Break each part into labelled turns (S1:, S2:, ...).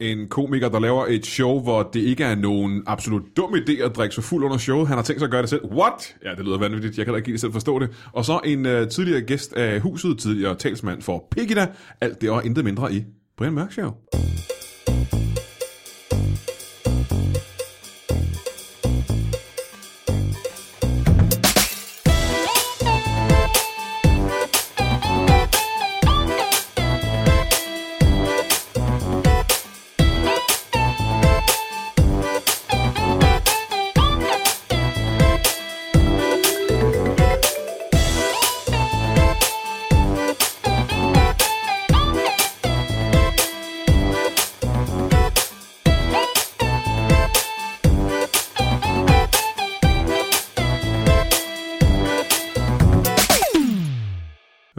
S1: en komiker, der laver et show, hvor det ikke er nogen absolut dum idé at drikke sig fuld under showet. Han har tænkt sig at gøre det selv. What? Ja, det lyder vanvittigt. Jeg kan da ikke helt selv forstå det. Og så en øh, tidligere gæst af huset, tidligere talsmand for Pegida. Alt det og intet mindre i Brian Mørk Show.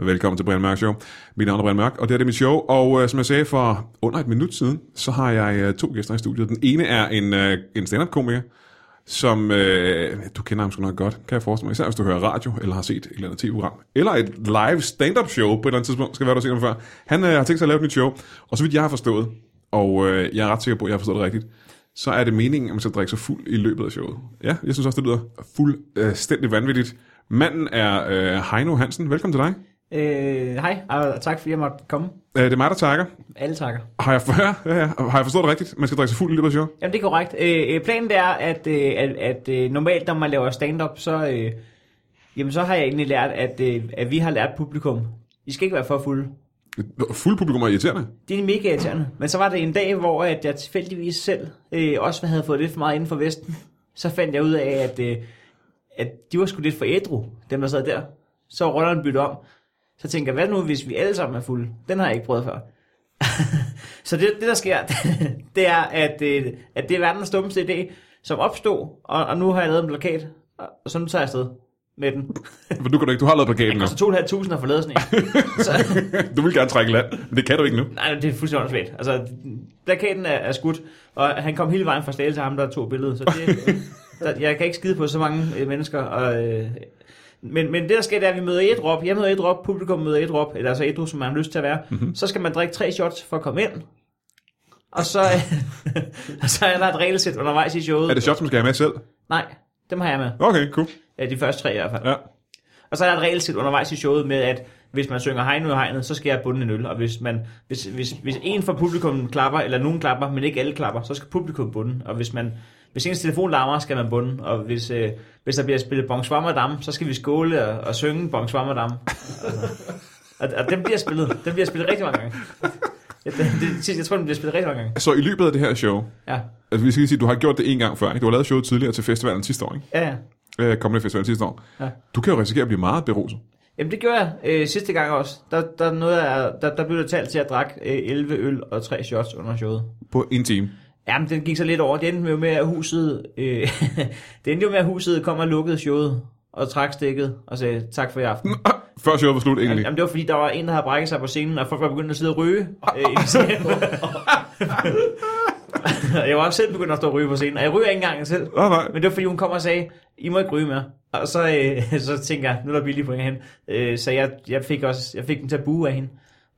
S1: Velkommen til Brian Mørk Show. Mit navn er Brian Mørk, og det her det er mit show. Og øh, som jeg sagde for under et minut siden, så har jeg øh, to gæster i studiet. Den ene er en, øh, en stand-up-komiker, som øh, du kender ham sgu nok godt, kan jeg forestille mig. Især hvis du hører radio, eller har set et eller andet tv-program. Eller et live stand-up show på et eller andet tidspunkt, skal være der set ham før. Han øh, har tænkt sig at lave et nyt show, og så vidt jeg har forstået, og øh, jeg er ret sikker på, at jeg har forstået det rigtigt, så er det meningen, at man skal drikke sig fuld i løbet af showet. Ja, jeg synes også, det lyder fuldstændig vanvittigt. Manden er øh, Heino Hansen. Velkommen til dig.
S2: Øh, Hej, og tak fordi jeg måtte komme.
S1: Øh, det er mig, der takker.
S2: Alle takker.
S1: Har jeg, ja, ja, ja. har jeg forstået det rigtigt? Man skal drikke sig fuld i løbet af showet?
S2: Jamen, det er korrekt. Øh, øh, planen det er, at, øh, at, at øh, normalt, når man laver stand-up, så, øh, jamen, så har jeg egentlig lært, at, øh, at vi har lært publikum. I skal ikke være for fulde.
S1: Fuld publikum er irriterende.
S2: Det er mega irriterende. Men så var det en dag, hvor at jeg tilfældigvis selv øh, også havde fået lidt for meget inden for Vesten. Så fandt jeg ud af, at, øh, at de var sgu lidt for ædru, dem der sad der. Så er rollerne byttet om. Så tænker jeg, hvad nu, hvis vi alle sammen er fulde? Den har jeg ikke prøvet før. så det, det der sker, det er, at, øh, at det er verdens dummeste idé, som opstod, og, og nu har jeg lavet en plakat, og, og så nu tager jeg afsted med den.
S1: For du, kan du, ikke, du har lavet plakaten nu.
S2: Og så 2.500 har fået lavet sådan en. så,
S1: Du vil gerne trække i land, men det kan du ikke nu.
S2: Nej, det er fuldstændig åndssvagt. Altså, plakaten er, er skudt, og han kom hele vejen fra Slagelse til ham, der tog billedet. Så det, der, jeg kan ikke skide på så mange øh, mennesker. Og, øh, men, men det, der sker, det er, at vi møder et drop. Jeg møder et drop, publikum møder et drop, eller altså et drop, som man har lyst til at være.
S1: Mhm.
S2: Mm-hmm. Så skal man drikke tre shots for at komme ind. Og så, øh, og så er der et regelsæt undervejs i showet.
S1: Er det shots, man skal have med selv?
S2: Nej, dem har jeg med.
S1: Okay, cool.
S2: Ja, de første tre i hvert fald.
S1: Ja.
S2: Og så er der et regelsæt undervejs i showet med, at hvis man synger hegn ud af hegnet, så skal jeg bunde en øl. Og hvis, man, hvis, hvis, hvis en fra publikum klapper, eller nogen klapper, men ikke alle klapper, så skal publikum bunde. Og hvis, man, hvis ens telefon larmer, skal man bunde. Og hvis, øh, hvis der bliver spillet Bong Swammerdam, så skal vi skåle og, og synge Bong Swammerdam. Og, og den bliver spillet. Den bliver spillet rigtig mange gange. Jeg, det, det, jeg tror, den bliver spillet rigtig mange gange.
S1: Så i løbet af det her show,
S2: Ja,
S1: altså vi skal lige sige, du har gjort det en gang før, ikke? Du har lavet showet tidligere til festivalen sidste år, ikke?
S2: ja, ja.
S1: Øh, kommende festival sidste år.
S2: Ja.
S1: Du kan jo risikere at blive meget beruset.
S2: Jamen det gjorde jeg øh, sidste gang også. Der, der, noget af, der, der blev der talt til, at jeg drak øh, 11 øl og 3 shots under showet.
S1: På en time.
S2: Jamen, den gik så lidt over. Det endte jo med, at huset, øh, det endte jo med, at huset kom og lukkede showet og trak stikket og sagde tak for i aften.
S1: Mm. Før showet var slut, egentlig.
S2: Jamen, det var fordi, der var en, der havde brækket sig på scenen, og folk var begyndt at sidde og ryge. Øh, i scenen. jeg var også selv begyndt at stå og ryge på scenen, og jeg ryger ikke engang selv.
S1: Nej, nej.
S2: Men det var fordi, hun kom og sagde, I må ikke ryge mere. Og så, øh, så tænker jeg, nu er der billige point hen. Øh, så jeg, jeg, fik også, jeg fik den til at buge af hende.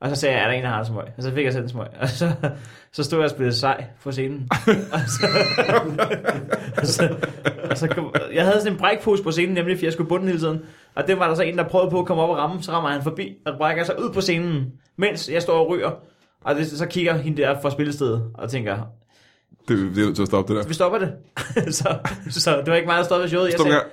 S2: Og så sagde jeg, er der en, der har en smøg? Og så fik jeg selv en smøg. Og så, så stod jeg og spillede sej på scenen. og, så, og, så, og så kom, jeg havde sådan en brækpose på scenen, nemlig fordi jeg skulle bunden hele tiden. Og det var der så en, der prøvede på at komme op og ramme. Så rammer han forbi og brækker sig ud på scenen, mens jeg står og ryger. Og det, så kigger hende der fra spillestedet og tænker,
S1: Det, det er nødt til at stoppe det der.
S2: vi stopper det. så, så det var ikke meget at stoppe showet. Jeg
S1: Stop
S2: sagde,
S1: her.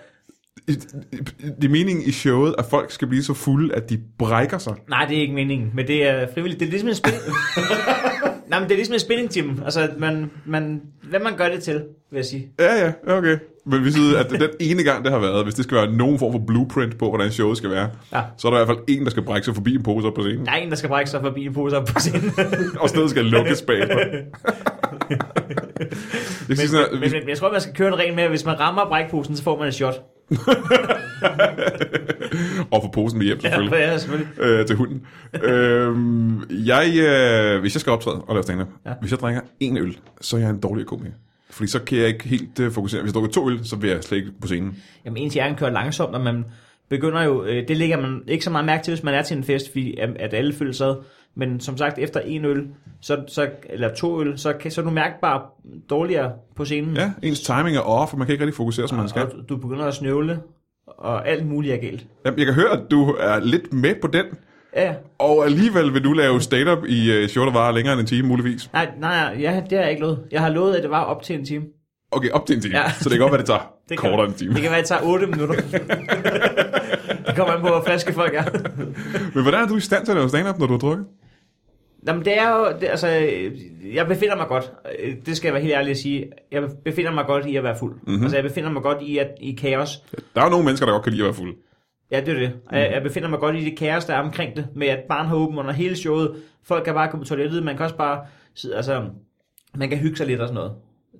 S1: Det er meningen i showet, at folk skal blive så fulde, at de brækker sig.
S2: Nej, det er ikke meningen, men det er frivilligt. Det er ligesom en spil... Nej, men det er ligesom en spillingtime. Altså, at man, man, hvad man gør det til, vil jeg sige.
S1: Ja, ja, okay. Men vi siger, at den ene gang, det har været, hvis det skal være nogen form for blueprint på, hvordan showet skal være,
S2: Ja.
S1: så er der i hvert fald en, der skal brække sig forbi en pose op på scenen,
S2: Der er en, der skal brække sig forbi en pose op på scenen.
S1: og stedet skal lukkes bagefter. Jeg siger sådan,
S2: men,
S1: at vi,
S2: men, men, jeg tror, man skal køre en regel med, at hvis man rammer brækposen, så får man et shot.
S1: og få posen med hjem, selvfølgelig.
S2: Ja, selvfølgelig.
S1: øh, til hunden. øh, jeg, øh, hvis jeg skal optræde og lave stand ja.
S2: Ja.
S1: hvis jeg drikker en øl, så er jeg en dårlig komiker. Fordi så kan jeg ikke helt øh, fokusere. Hvis jeg drukker to øl, så vil jeg slet ikke på scenen.
S2: Jamen, ens hjerne kører langsomt, og man begynder jo... Øh, det lægger man ikke så meget mærke til, hvis man er til en fest, fordi at, at alle følger sad. Men som sagt, efter en øl, så, så, eller to øl, så, kan- så er du mærkbar dårligere på scenen.
S1: Ja, ens timing er off, og man kan ikke rigtig fokusere, som man skal.
S2: og du- du begynder at snøvle, og alt muligt er galt.
S1: Jamen, jeg kan høre, at du er lidt med på den,
S2: Ja, ja.
S1: og alligevel vil du lave stand-up i øh, short og varer længere end en time, muligvis.
S2: nej, nej, nej, ja, det har jeg ikke lovet. Jeg har lovet, at det var op til en time.
S1: Okay, op til en time, ja.
S2: Ja.
S1: så det kan godt være, det tager det
S2: Det
S1: kortere end en time.
S2: Det kan være, at det tager 8 minutter. det kommer an på, hvor flaske folk er.
S1: Men hvordan er du i stand til at lave stand-up, når du har drukket?
S2: Nå, men det er jo, det, altså, øh, jeg befinder mig godt, øh, det skal jeg være helt ærlig at sige, jeg befinder mig godt i at være fuld.
S1: Mhm.
S2: Mm-hmm. Altså, jeg befinder mig godt i, at, i kaos.
S1: Der er jo nogle mennesker, der godt kan lide at være fulde.
S2: Ja, det er det. Mm. Jeg, jeg befinder mig godt i det kaos, der er omkring det, med at barn har åbent under hele showet, folk kan bare komme på toilettet, man kan også bare sidde, altså, man kan hygge sig lidt og sådan noget.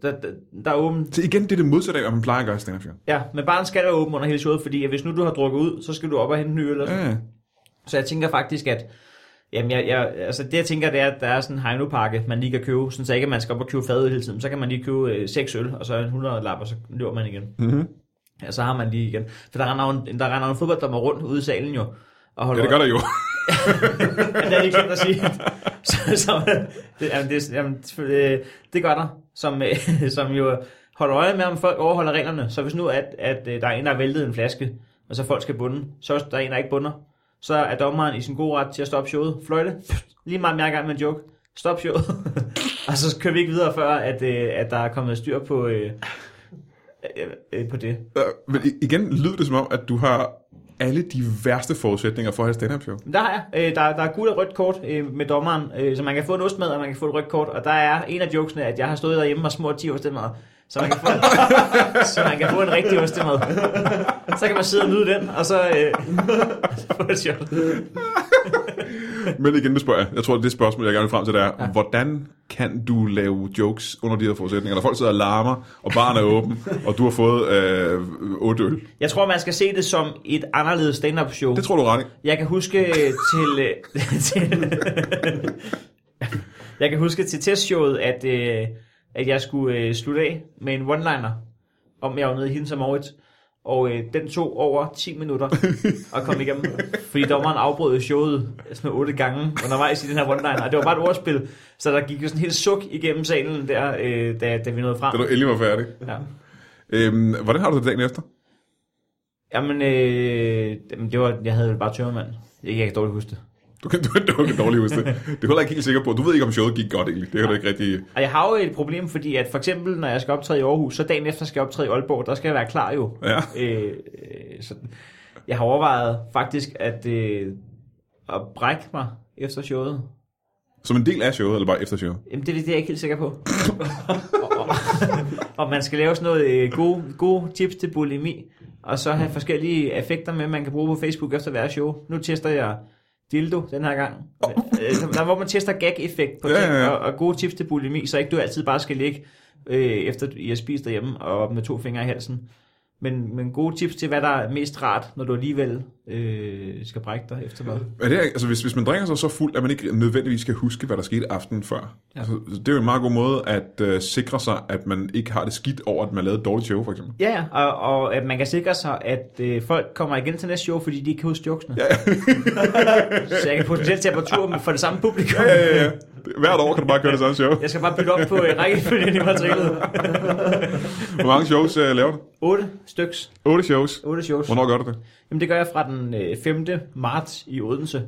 S2: Der, der, der er åbent,
S1: Så igen, det er det modsatte af, hvad man plejer at gøre i stand-up. jo.
S2: ja, men barn skal være åben under hele showet, fordi at hvis nu du har drukket ud, så skal du op og hente en ny øl. Og sådan.
S1: Ja, ja.
S2: Så jeg tænker faktisk, at jamen jeg, jeg, altså det jeg tænker, det er, at der er sådan en Heino-pakke, man lige kan købe, sådan så ikke, at man skal op og købe fadøl hele tiden. Så kan man lige købe øh, seks øl, og så en 100 lap, og så løber man igen.
S1: Mm-hmm.
S2: Ja, så har man lige igen. For der render jo en, der render jo en fodbolddommer rundt ude i salen jo. Og
S1: ja,
S2: holder
S1: det gør der jo.
S2: Ja, det er lige glemt at sige. så, så, det, jamen, det, jamen, det, det gør der, som, øh, som jo holder øje med, om folk overholder reglerne. Så hvis nu, at, at øh, der er en, der har væltet en flaske, og så folk skal bunde, så hvis der er en, der ikke bunder, så er dommeren i sin gode ret til at stoppe showet. Fløjte. Lige meget mere gang med en joke. Stop showet. og så kører vi ikke videre, før at, øh, at der er kommet styr på, øh, øh, øh, på det.
S1: Øh, Men i- igen lyder det som om, at du har alle de værste forudsætninger for at have stand-up show.
S2: Der har jeg. Øh, der, der er gul og rødt kort øh, med dommeren, øh, så man kan få en ost med, og man kan få et rødt kort. Og der er en af jokesene, at jeg har stået derhjemme og smurt 10 ostemad, så man kan få, så man kan få en rigtig ostemad. så kan man sidde og nyde den, og så øh, få et shot.
S1: Men igen, det spørger jeg. Jeg tror, det spørgsmål, jeg gerne vil frem til, det er, ja. hvordan kan du lave jokes under de her forudsætninger? Når folk sidder og larmer, og baren er åben, og du har fået øh, otte øl.
S2: Jeg tror, man skal se det som et anderledes stand-up show.
S1: Det tror du er ret i.
S2: Jeg kan huske øh, til... øh, til jeg kan huske til testshowet, at, øh, at jeg skulle øh, slutte af med en one-liner, om jeg var nede i hende som året. Og øh, den tog over 10 minutter at komme igennem, fordi dommeren afbrød showet øh, sådan otte gange undervejs i den her one-liner. Og det var bare et ordspil, så der gik jo sådan helt suk igennem salen der, øh, da, da vi nåede
S1: Da
S2: frem.
S1: du endelig var færdig.
S2: Ja.
S1: Øhm, hvordan har du det dagen efter?
S2: Jamen, øh, jamen, det var, jeg havde bare tørmand. Jeg kan ikke dårligt huske det.
S1: Du kan, du, du kan dårligt huske det. Det er du heller ikke helt sikker på. Du ved ikke, om showet gik godt egentlig. Det kan du ikke rigtig...
S2: Og jeg har jo et problem, fordi at for eksempel, når jeg skal optræde i Aarhus, så dagen efter skal jeg optræde i Aalborg, der skal jeg være klar jo.
S1: Ja.
S2: Øh, øh, så jeg har overvejet faktisk at, øh, at brække mig efter showet.
S1: Som en del af showet, eller bare efter showet?
S2: Jamen, det, er- det er jeg ikke helt sikker på. og, og, og man skal lave sådan noget øh, gode, gode tips til bulimi, og så have forskellige effekter med, man kan bruge på Facebook efter hver show. Nu tester jeg dildo den her gang. Øh, Der, hvor man tester gag-effekt på
S1: Ja,
S2: ting,
S1: ja, ja.
S2: Og, og gode tips til bulimi, så ikke du altid bare skal ligge øh, efter I har spist derhjemme og med to fingre i halsen. Men, men gode tips til, hvad der er mest rart, når du alligevel øh, skal brække dig efter mad.
S1: Er det, altså, hvis, hvis man drikker sig så fuld, at man ikke nødvendigvis kan huske, hvad der skete aftenen før. Ja. Altså, det er jo en meget god måde at øh, sikre sig, at man ikke har det skidt over, at man lavede et dårligt show, for eksempel.
S2: Ja, ja, og, og at man kan sikre sig, at øh, folk kommer igen til næste show, fordi de ikke kan huske jokesene. Ja. så jeg kan potentielt tage på tur med for det samme publikum.
S1: Ja, ja, ja. Hvert år kan du bare køre det samme show.
S2: Jeg skal bare bytte op på øh, rækkefølgen i materialet.
S1: Hvor mange shows øh, laver du?
S2: 8 styks.
S1: Otte shows.
S2: 8 shows.
S1: Hvornår gør du det?
S2: Jamen det gør jeg fra den øh, 5. marts i Odense,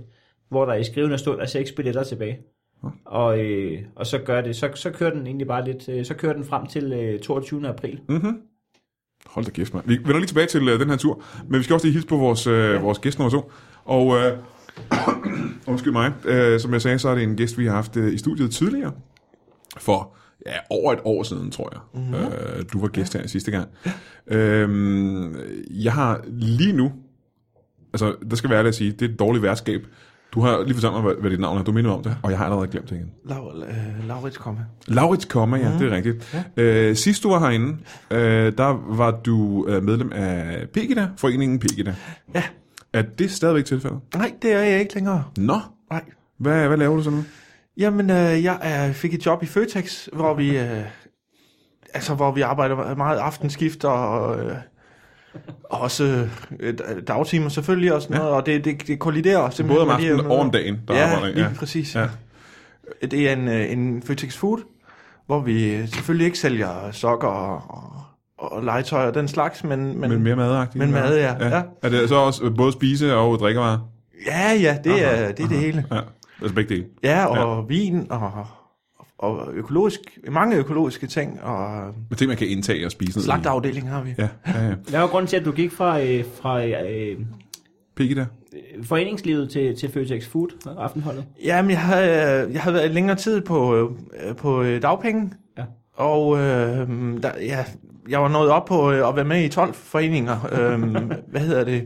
S2: hvor der i skrivende stund er 6 billetter tilbage. Og, øh, og så gør det, så, så kører den egentlig bare lidt, øh, så kører den frem til øh, 22. april.
S1: Mm. Hold da kæft, mand. Vi vender lige tilbage til øh, den her tur, men vi skal også lige hilse på vores, øh, vores gæst nummer to. Og øh, undskyld mig, øh, som jeg sagde, så er det en gæst, vi har haft øh, i studiet tidligere. For ja, over et år siden, tror jeg. Mm-hmm. Øh, du var gæst her sidste gang. Øhm, jeg har lige nu, altså der skal være ærlig at sige, det er et dårligt værtskab. Du har lige fortalt mig, hvad, hvad dit navn er. Du minder mig om det, og jeg har allerede glemt det igen.
S3: Laur, øh, Laurits komme.
S1: Laurits Komma,
S3: Mm.
S1: ja, det er rigtigt. Ja. Øh, sidst du var herinde, øh, der var du øh, medlem af Pegida, foreningen Pegida.
S3: Ja.
S1: Er det stadigvæk tilfældet?
S3: Nej, det er jeg ikke længere.
S1: Nå,
S3: Nej.
S1: hvad, hvad laver du så nu?
S3: Jamen, øh, jeg øh, fik et job i Føtex, hvor vi, øh, altså, hvor vi arbejder meget aftenskift og øh, Og også øh, d- dagtimer selvfølgelig og sådan noget, og det, det, det kolliderer simpelthen.
S1: Både om
S3: med de her
S1: aftenen
S3: møder.
S1: og om dagen, der
S3: ja,
S1: arbejder jeg.
S3: lige præcis.
S1: Ja.
S3: Ja. Det er en, øh, en Føtex Food, hvor vi øh, selvfølgelig ikke sælger sokker og, og, og legetøj og den slags, men, men,
S1: Men mere madagtigt.
S3: Men mad, ja.
S1: ja.
S3: Ja.
S1: Er det så også øh, både spise og drikkevarer?
S3: ja, ja, det
S1: Aha,
S3: er, det, er det hele.
S1: Ja, altså begge dele.
S3: Ja, og vin og, og økologisk, mange økologiske ting, og
S1: Men ting, man kan indtage og spise. ned i.
S3: slagtafdeling har vi.
S1: Mm. Ja, ja, ja.
S2: Hvad var grunden til, at du gik fra, øh, fra øh,
S1: Pigge der.
S2: øh, foreningslivet til, til Føtex Food og aftenholdet?
S3: Jamen, jeg havde, øh, jeg havde været længere tid på, øh, på øh, dagpenge,
S2: Ja.
S3: og øh, der, ja, jeg var nået op på øh, at være med i 12 foreninger. Øh, hvad hedder det?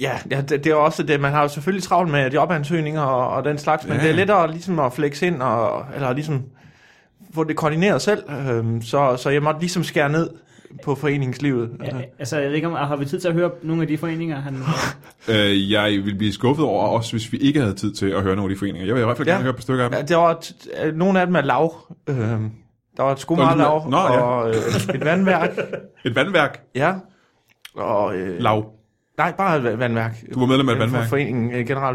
S3: Ja, ja det, det er også det. Man har jo selvfølgelig travlt med jobansøgninger og, og den slags, men
S1: Ja.
S3: det er lettere ligesom at flexe ind, og, eller ligesom få det koordineret selv. Øh, så, så jeg måtte ligesom skære ned på foreningslivet. øh,
S2: Ja, altså, jeg ved ikke, om, har vi tid til at høre nogle af de foreninger, han...
S1: Øh, jeg ville blive skuffet over os, hvis vi ikke havde tid til at høre nogle af de foreninger. Jeg vil i hvert fald gerne
S3: Ja.
S1: høre et par stykker af dem.
S3: Ja, der var t- øh, nogle af dem er lav. Øh, der var et skomagerlav
S1: Nå, ja.
S3: og øh, et vandværk.
S1: Et vandværk.
S3: Ja. Og, øh,
S1: Lav.
S3: nej, bare et va- vandværk.
S1: Du var medlem af et
S3: Øh,
S1: vandværk.
S3: For foreningen, øh, general,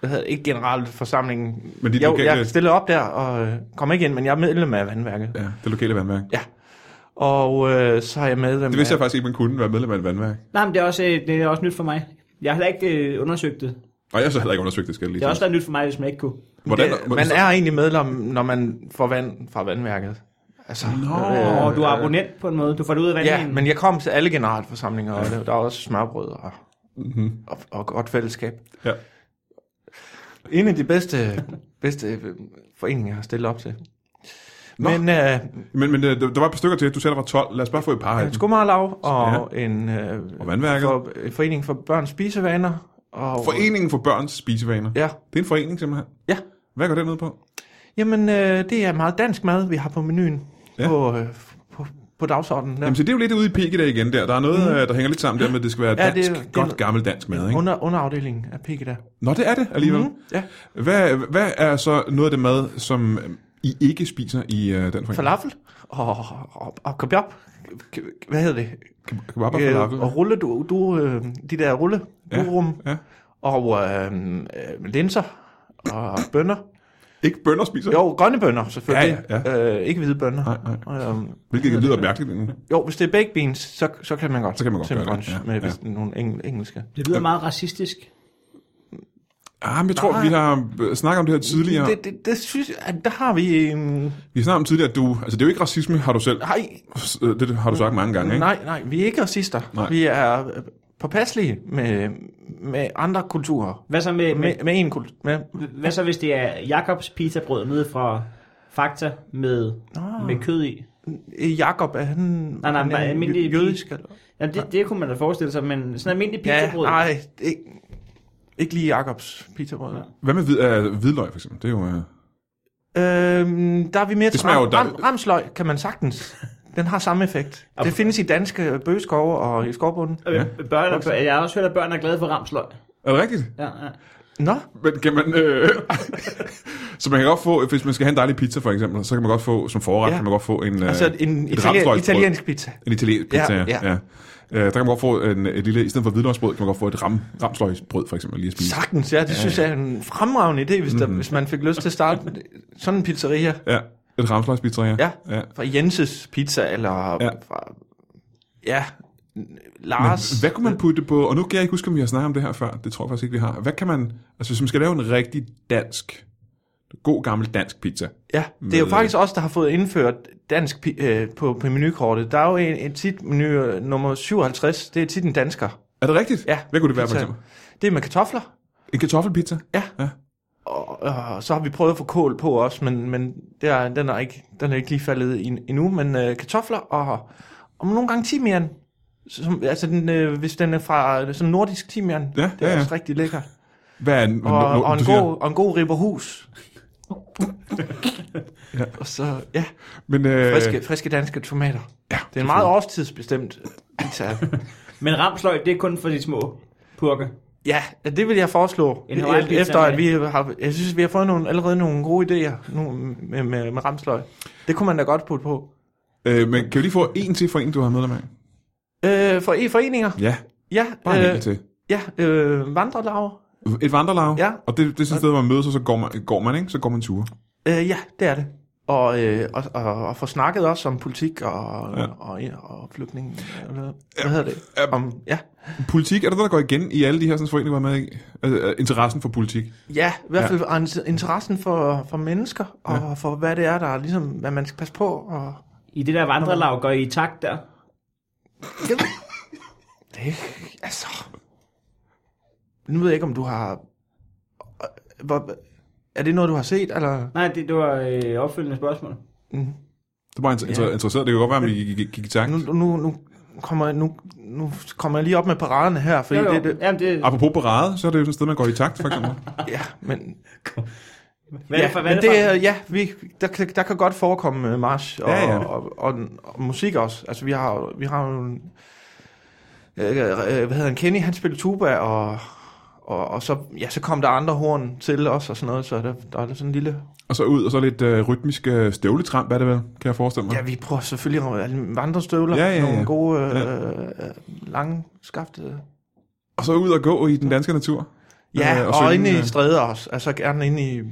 S3: hvad hedder, det? ikke generalforsamlingen.
S1: Men det
S3: jeg,
S1: lokale-
S3: jeg stillede op der og øh, kom ikke ind, men jeg er medlem af vandværket.
S1: Ja, det lokale vandværk.
S3: Og øh, så er jeg medlem
S1: Det vidste jeg
S3: af...
S1: faktisk ikke, man kunne være medlem af et vandværk.
S2: Nej, men det er, også, øh, det er også nyt for mig. Jeg har heller ikke øh, undersøgt det.
S1: Og jeg har så heller ikke undersøgt det, skal jeg lige
S2: Det er også
S1: sige.
S2: været nyt for mig, hvis man ikke kunne.
S1: Hvordan,
S3: det, man er egentlig medlem, når man får vand fra vandværket. Altså,
S1: Nå,
S2: Og du er abonnent på en måde. Du får det ud af
S3: Ja,
S2: vandringen.
S3: men jeg kom til alle generalforsamlinger, og der- der var også smørbrød og,
S1: Mhm.
S3: og, og godt fællesskab.
S1: Ja.
S3: En af de bedste, bedste øh, foreninger, jeg har stillet op til.
S1: Nå.
S3: Men øh,
S1: Men, men øh, der der var et par stykker til, du sagde, der var 12. Lad os bare få et par af
S3: en
S1: dem.
S3: skomagerlag og en øh,
S1: Og vandværket.
S3: for, en forening for børns spisevaner. Og,
S1: Foreningen for børns spisevaner.
S3: Ja.
S1: Det er en forening simpelthen.
S3: Ja.
S1: Hvad går den ud på?
S3: Jamen, øh, det er meget dansk mad, vi har på menuen
S1: Ja.
S3: ja. på, øh, på, på dagsordenen. Der.
S1: Jamen, så det er jo lidt ude i pikket der igen der. Der er noget, mm. der hænger lidt sammen der med, at det skal være
S3: Mhm. Ja,
S1: dansk,
S3: det er-
S1: ja, det,
S3: det er-
S1: godt gammel dansk mad, ikke?
S3: Under, underafdelingen af Pikke der.
S1: Nå, det er det alligevel.
S3: Mhm, Ja.
S1: Mm. Hvad, hvad er så noget af det mad, som øh, I ikke spiser i uh, den forening?
S3: Falafel og, og, og kebab. K- hvad hedder det?
S1: Kebab og
S3: Øh,
S1: falafel.
S3: og rulle, du, du, øh, de der rulle,
S1: Ja,
S3: ja. rum,
S1: ja.
S3: og øh, øh, linser og bønner.
S1: Ikke bønder spiser?
S3: Jo, grønne bønner selvfølgelig.
S1: Ja, ja,
S3: Øh, ikke hvide bønner.
S1: Nej,
S3: Øhm,
S1: Hvilket lyder mærkeligt. egentlig.
S3: jo, hvis det er baked beans, så, så kan man godt.
S1: Så kan man godt
S3: til
S1: gøre det,
S3: brunch
S1: ja,
S3: Med
S1: ja.
S3: hvis- nogle eng, engelske.
S2: Det lyder meget racistisk.
S1: Ah, men jeg tror,
S3: Nej.
S1: vi har øh, snakket om det her tidligere.
S3: Det, det, det synes jeg, at der har vi... Øhm,
S1: Vi har snakket om tidligere, at du... Altså, det er jo ikke racisme, har du selv...
S3: nej,
S1: øh, Det har du sagt mange gange, ikke?
S3: Ah. nej, nej, vi er ikke racister.
S1: Nej.
S3: Vi er øh, påpasselige med, med andre kulturer.
S2: Hvad så, med, med,
S3: Med, med en kultur. Med,
S2: hvad så hvis det er Jakobs pizzabrød nede fra Fakta med,
S3: Nå.
S2: med kød i?
S3: Øh, Jakob, er han...
S2: nej,
S3: han er
S2: bare almindelig
S3: jødisk, eller?
S2: Jamen, det, det kunne man da forestille sig, men sådan en almindelig pizzabrød.
S3: Ja, nej, ikke, ikke lige Jakobs pizzabrød.
S2: Ja.
S3: Ja.
S1: Hvad med hvid, øh, hvidløg, for eksempel? Det er jo... Øh,
S3: Øhm, der er vi mere
S1: Det
S3: til
S1: smager
S3: ram,
S1: jo
S3: ram,
S1: dejligt.
S3: ramsløg, kan man sagtens. Den har samme effekt.
S2: Og-
S3: Det findes i danske bøgeskove og i skovbunden.
S2: Øh, Børn er, jeg har også hørt, at børn er glade for ramsløg.
S1: er det rigtigt?
S2: Ja, ja.
S3: Nå,
S1: Men kan man... Øh, så man kan godt få... Hvis man skal have en dejlig pizza, for eksempel, så kan man godt få... Som forret
S3: Ja.
S1: kan man godt få en... Øh,
S3: altså en
S1: ramsløgsbrød.
S3: itali- italiensk pizza.
S1: En italiensk pizza, ja.
S3: Ja,
S1: ja. ja. Øh, der kan man godt få en, et lille... I stedet for hvidløgsbrød, kan man godt få et ram, ramsløgsbrød, for eksempel, lige at spise.
S3: Sagtens, ja. Det synes jeg er en fremragende idé, hvis, der,
S1: Mm-hmm.
S3: hvis man fik lyst til at starte sådan en pizzeria.
S1: Ja. Et ramsløgspizza, ja.
S3: Ja.
S1: ja.
S3: Fra Jenses Pizza, eller
S1: Ja.
S3: ja. fra... Ja, Lars...
S1: Men hvad kunne man putte på, og nu kan jeg ikke huske, om vi har snakket om det her før, det tror jeg faktisk ikke, vi har. Hvad kan man, altså hvis man skal lave en rigtig dansk, god gammel dansk pizza,
S3: Ja, det er jo
S1: Med-
S3: faktisk os, der har fået indført dansk pi- øh, på, på menukortet. Der er jo en, en tit menu øh, nummer 57, det er tit en dansker.
S1: er det rigtigt?
S3: Ja,
S1: Hvad kunne det være for
S3: pizza.
S1: eksempel?
S3: Det er med kartofler,
S1: En kartoffelpizza?
S3: og, øh, og så har vi prøvet at få kål på også, men, men det er, den, er ikke, den er ikke lige faldet ind, endnu. Men øh, kartofler og, og nogle gange timian. Som, altså den, øh, hvis den er fra sådan nordisk timian,
S1: Ja,
S3: det er
S1: ja, ja.
S3: også rigtig lækker.
S1: Hvad er en,
S3: Og,
S1: nå- nå-
S3: og, en
S1: du siger-
S3: god, og en god ribberhus. ja. Og så, ja.
S1: men, øh,
S3: Friske, friske danske tomater. Ja, det er en meget årstidsbestemt pizza.
S2: Men ramsløg, det er kun for de små purker.
S3: ja, det vil jeg foreslå. E-
S2: En Hawaii-pizza
S3: Efter at
S2: med-
S3: vi har, jeg synes, vi har fået nogle, allerede nogle gode idéer nu, med, med, med ramsløg. Det kunne man da godt putte på.
S1: øh, men kan vi lige få en til for en, du har med dig med?
S3: Øh, for e- foreninger.
S1: Ja,
S3: Ja,
S1: bare øh, en
S3: øh,
S1: enkelt til.
S3: ja øh, vandrelaver.
S1: Et vandrelav,
S3: Ja.
S1: og det, det er sådan et sted, hvor man mødes, og så går man, går man ikke? Så går man ture.
S3: Øh, ja, det er det. Og, øh, og, og, og få snakket også om politik og,
S1: Ja.
S3: ja. og, og, og flygtning. Hvad, hvad hedder det?
S1: Ja.
S3: Om, ja.
S1: Politik, er det noget, der går igen i alle de her sådan, foreninger, du er med i? Altså, øh, interessen for politik.
S3: ja, i hvert
S1: Ja.
S3: fald ja. interessen for, for mennesker og ja. for hvad det er, der er ligesom, hvad man skal passe på. Og,
S2: I det der vandrelav går I i takt der.
S3: Det, altså... Nu ved jeg ikke, om du har... øh, Hvor, er det noget, du har set, eller...
S2: Nej, det, det var øh, opfølgende spørgsmål.
S3: Mm.
S1: Det er bare inter-
S3: Ja.
S1: yeah. interesseret. Det kan godt være, at vi gik, gik, gik i takt.
S3: Nu, nu, nu, kommer, jeg- nu, nu kommer jeg lige op med paraderne her, fordi
S2: Jo, jo.
S3: det, det...
S2: Jamen, det,
S1: Apropos parade, så er det jo sådan et sted, man går i takt, for eksempel.
S3: Ja, men...
S2: hvad er det
S3: ja,
S2: for, hvad er
S3: men
S2: det, for?
S3: er- ja, vi, der, kan- der kan godt forekomme øh, march og,
S1: Ja, ja.
S3: Og, og, og, og, musik også. Altså, vi har, jo- vi har jo en, øh, øh, hvad hedder han, Kenny, han spiller tuba, og, og, og så, ja, så kom der andre horn til os og sådan noget, så der, der er sådan en lille
S1: og så ud, og så lidt øh, rytmisk øh, støvletramp, er det vel, kan jeg forestille mig.
S3: Ja, vi prøver selvfølgelig at alle vandrestøvler.
S1: Ja, ja, ja.
S3: Nogle gode, øh, øh, lange skaftede.
S1: Og så ud og gå i den danske natur.
S3: Ja,
S1: Øh,
S3: og, og
S1: synge,
S3: inde
S1: øh,
S3: i stræder også. Altså gerne inde i, i-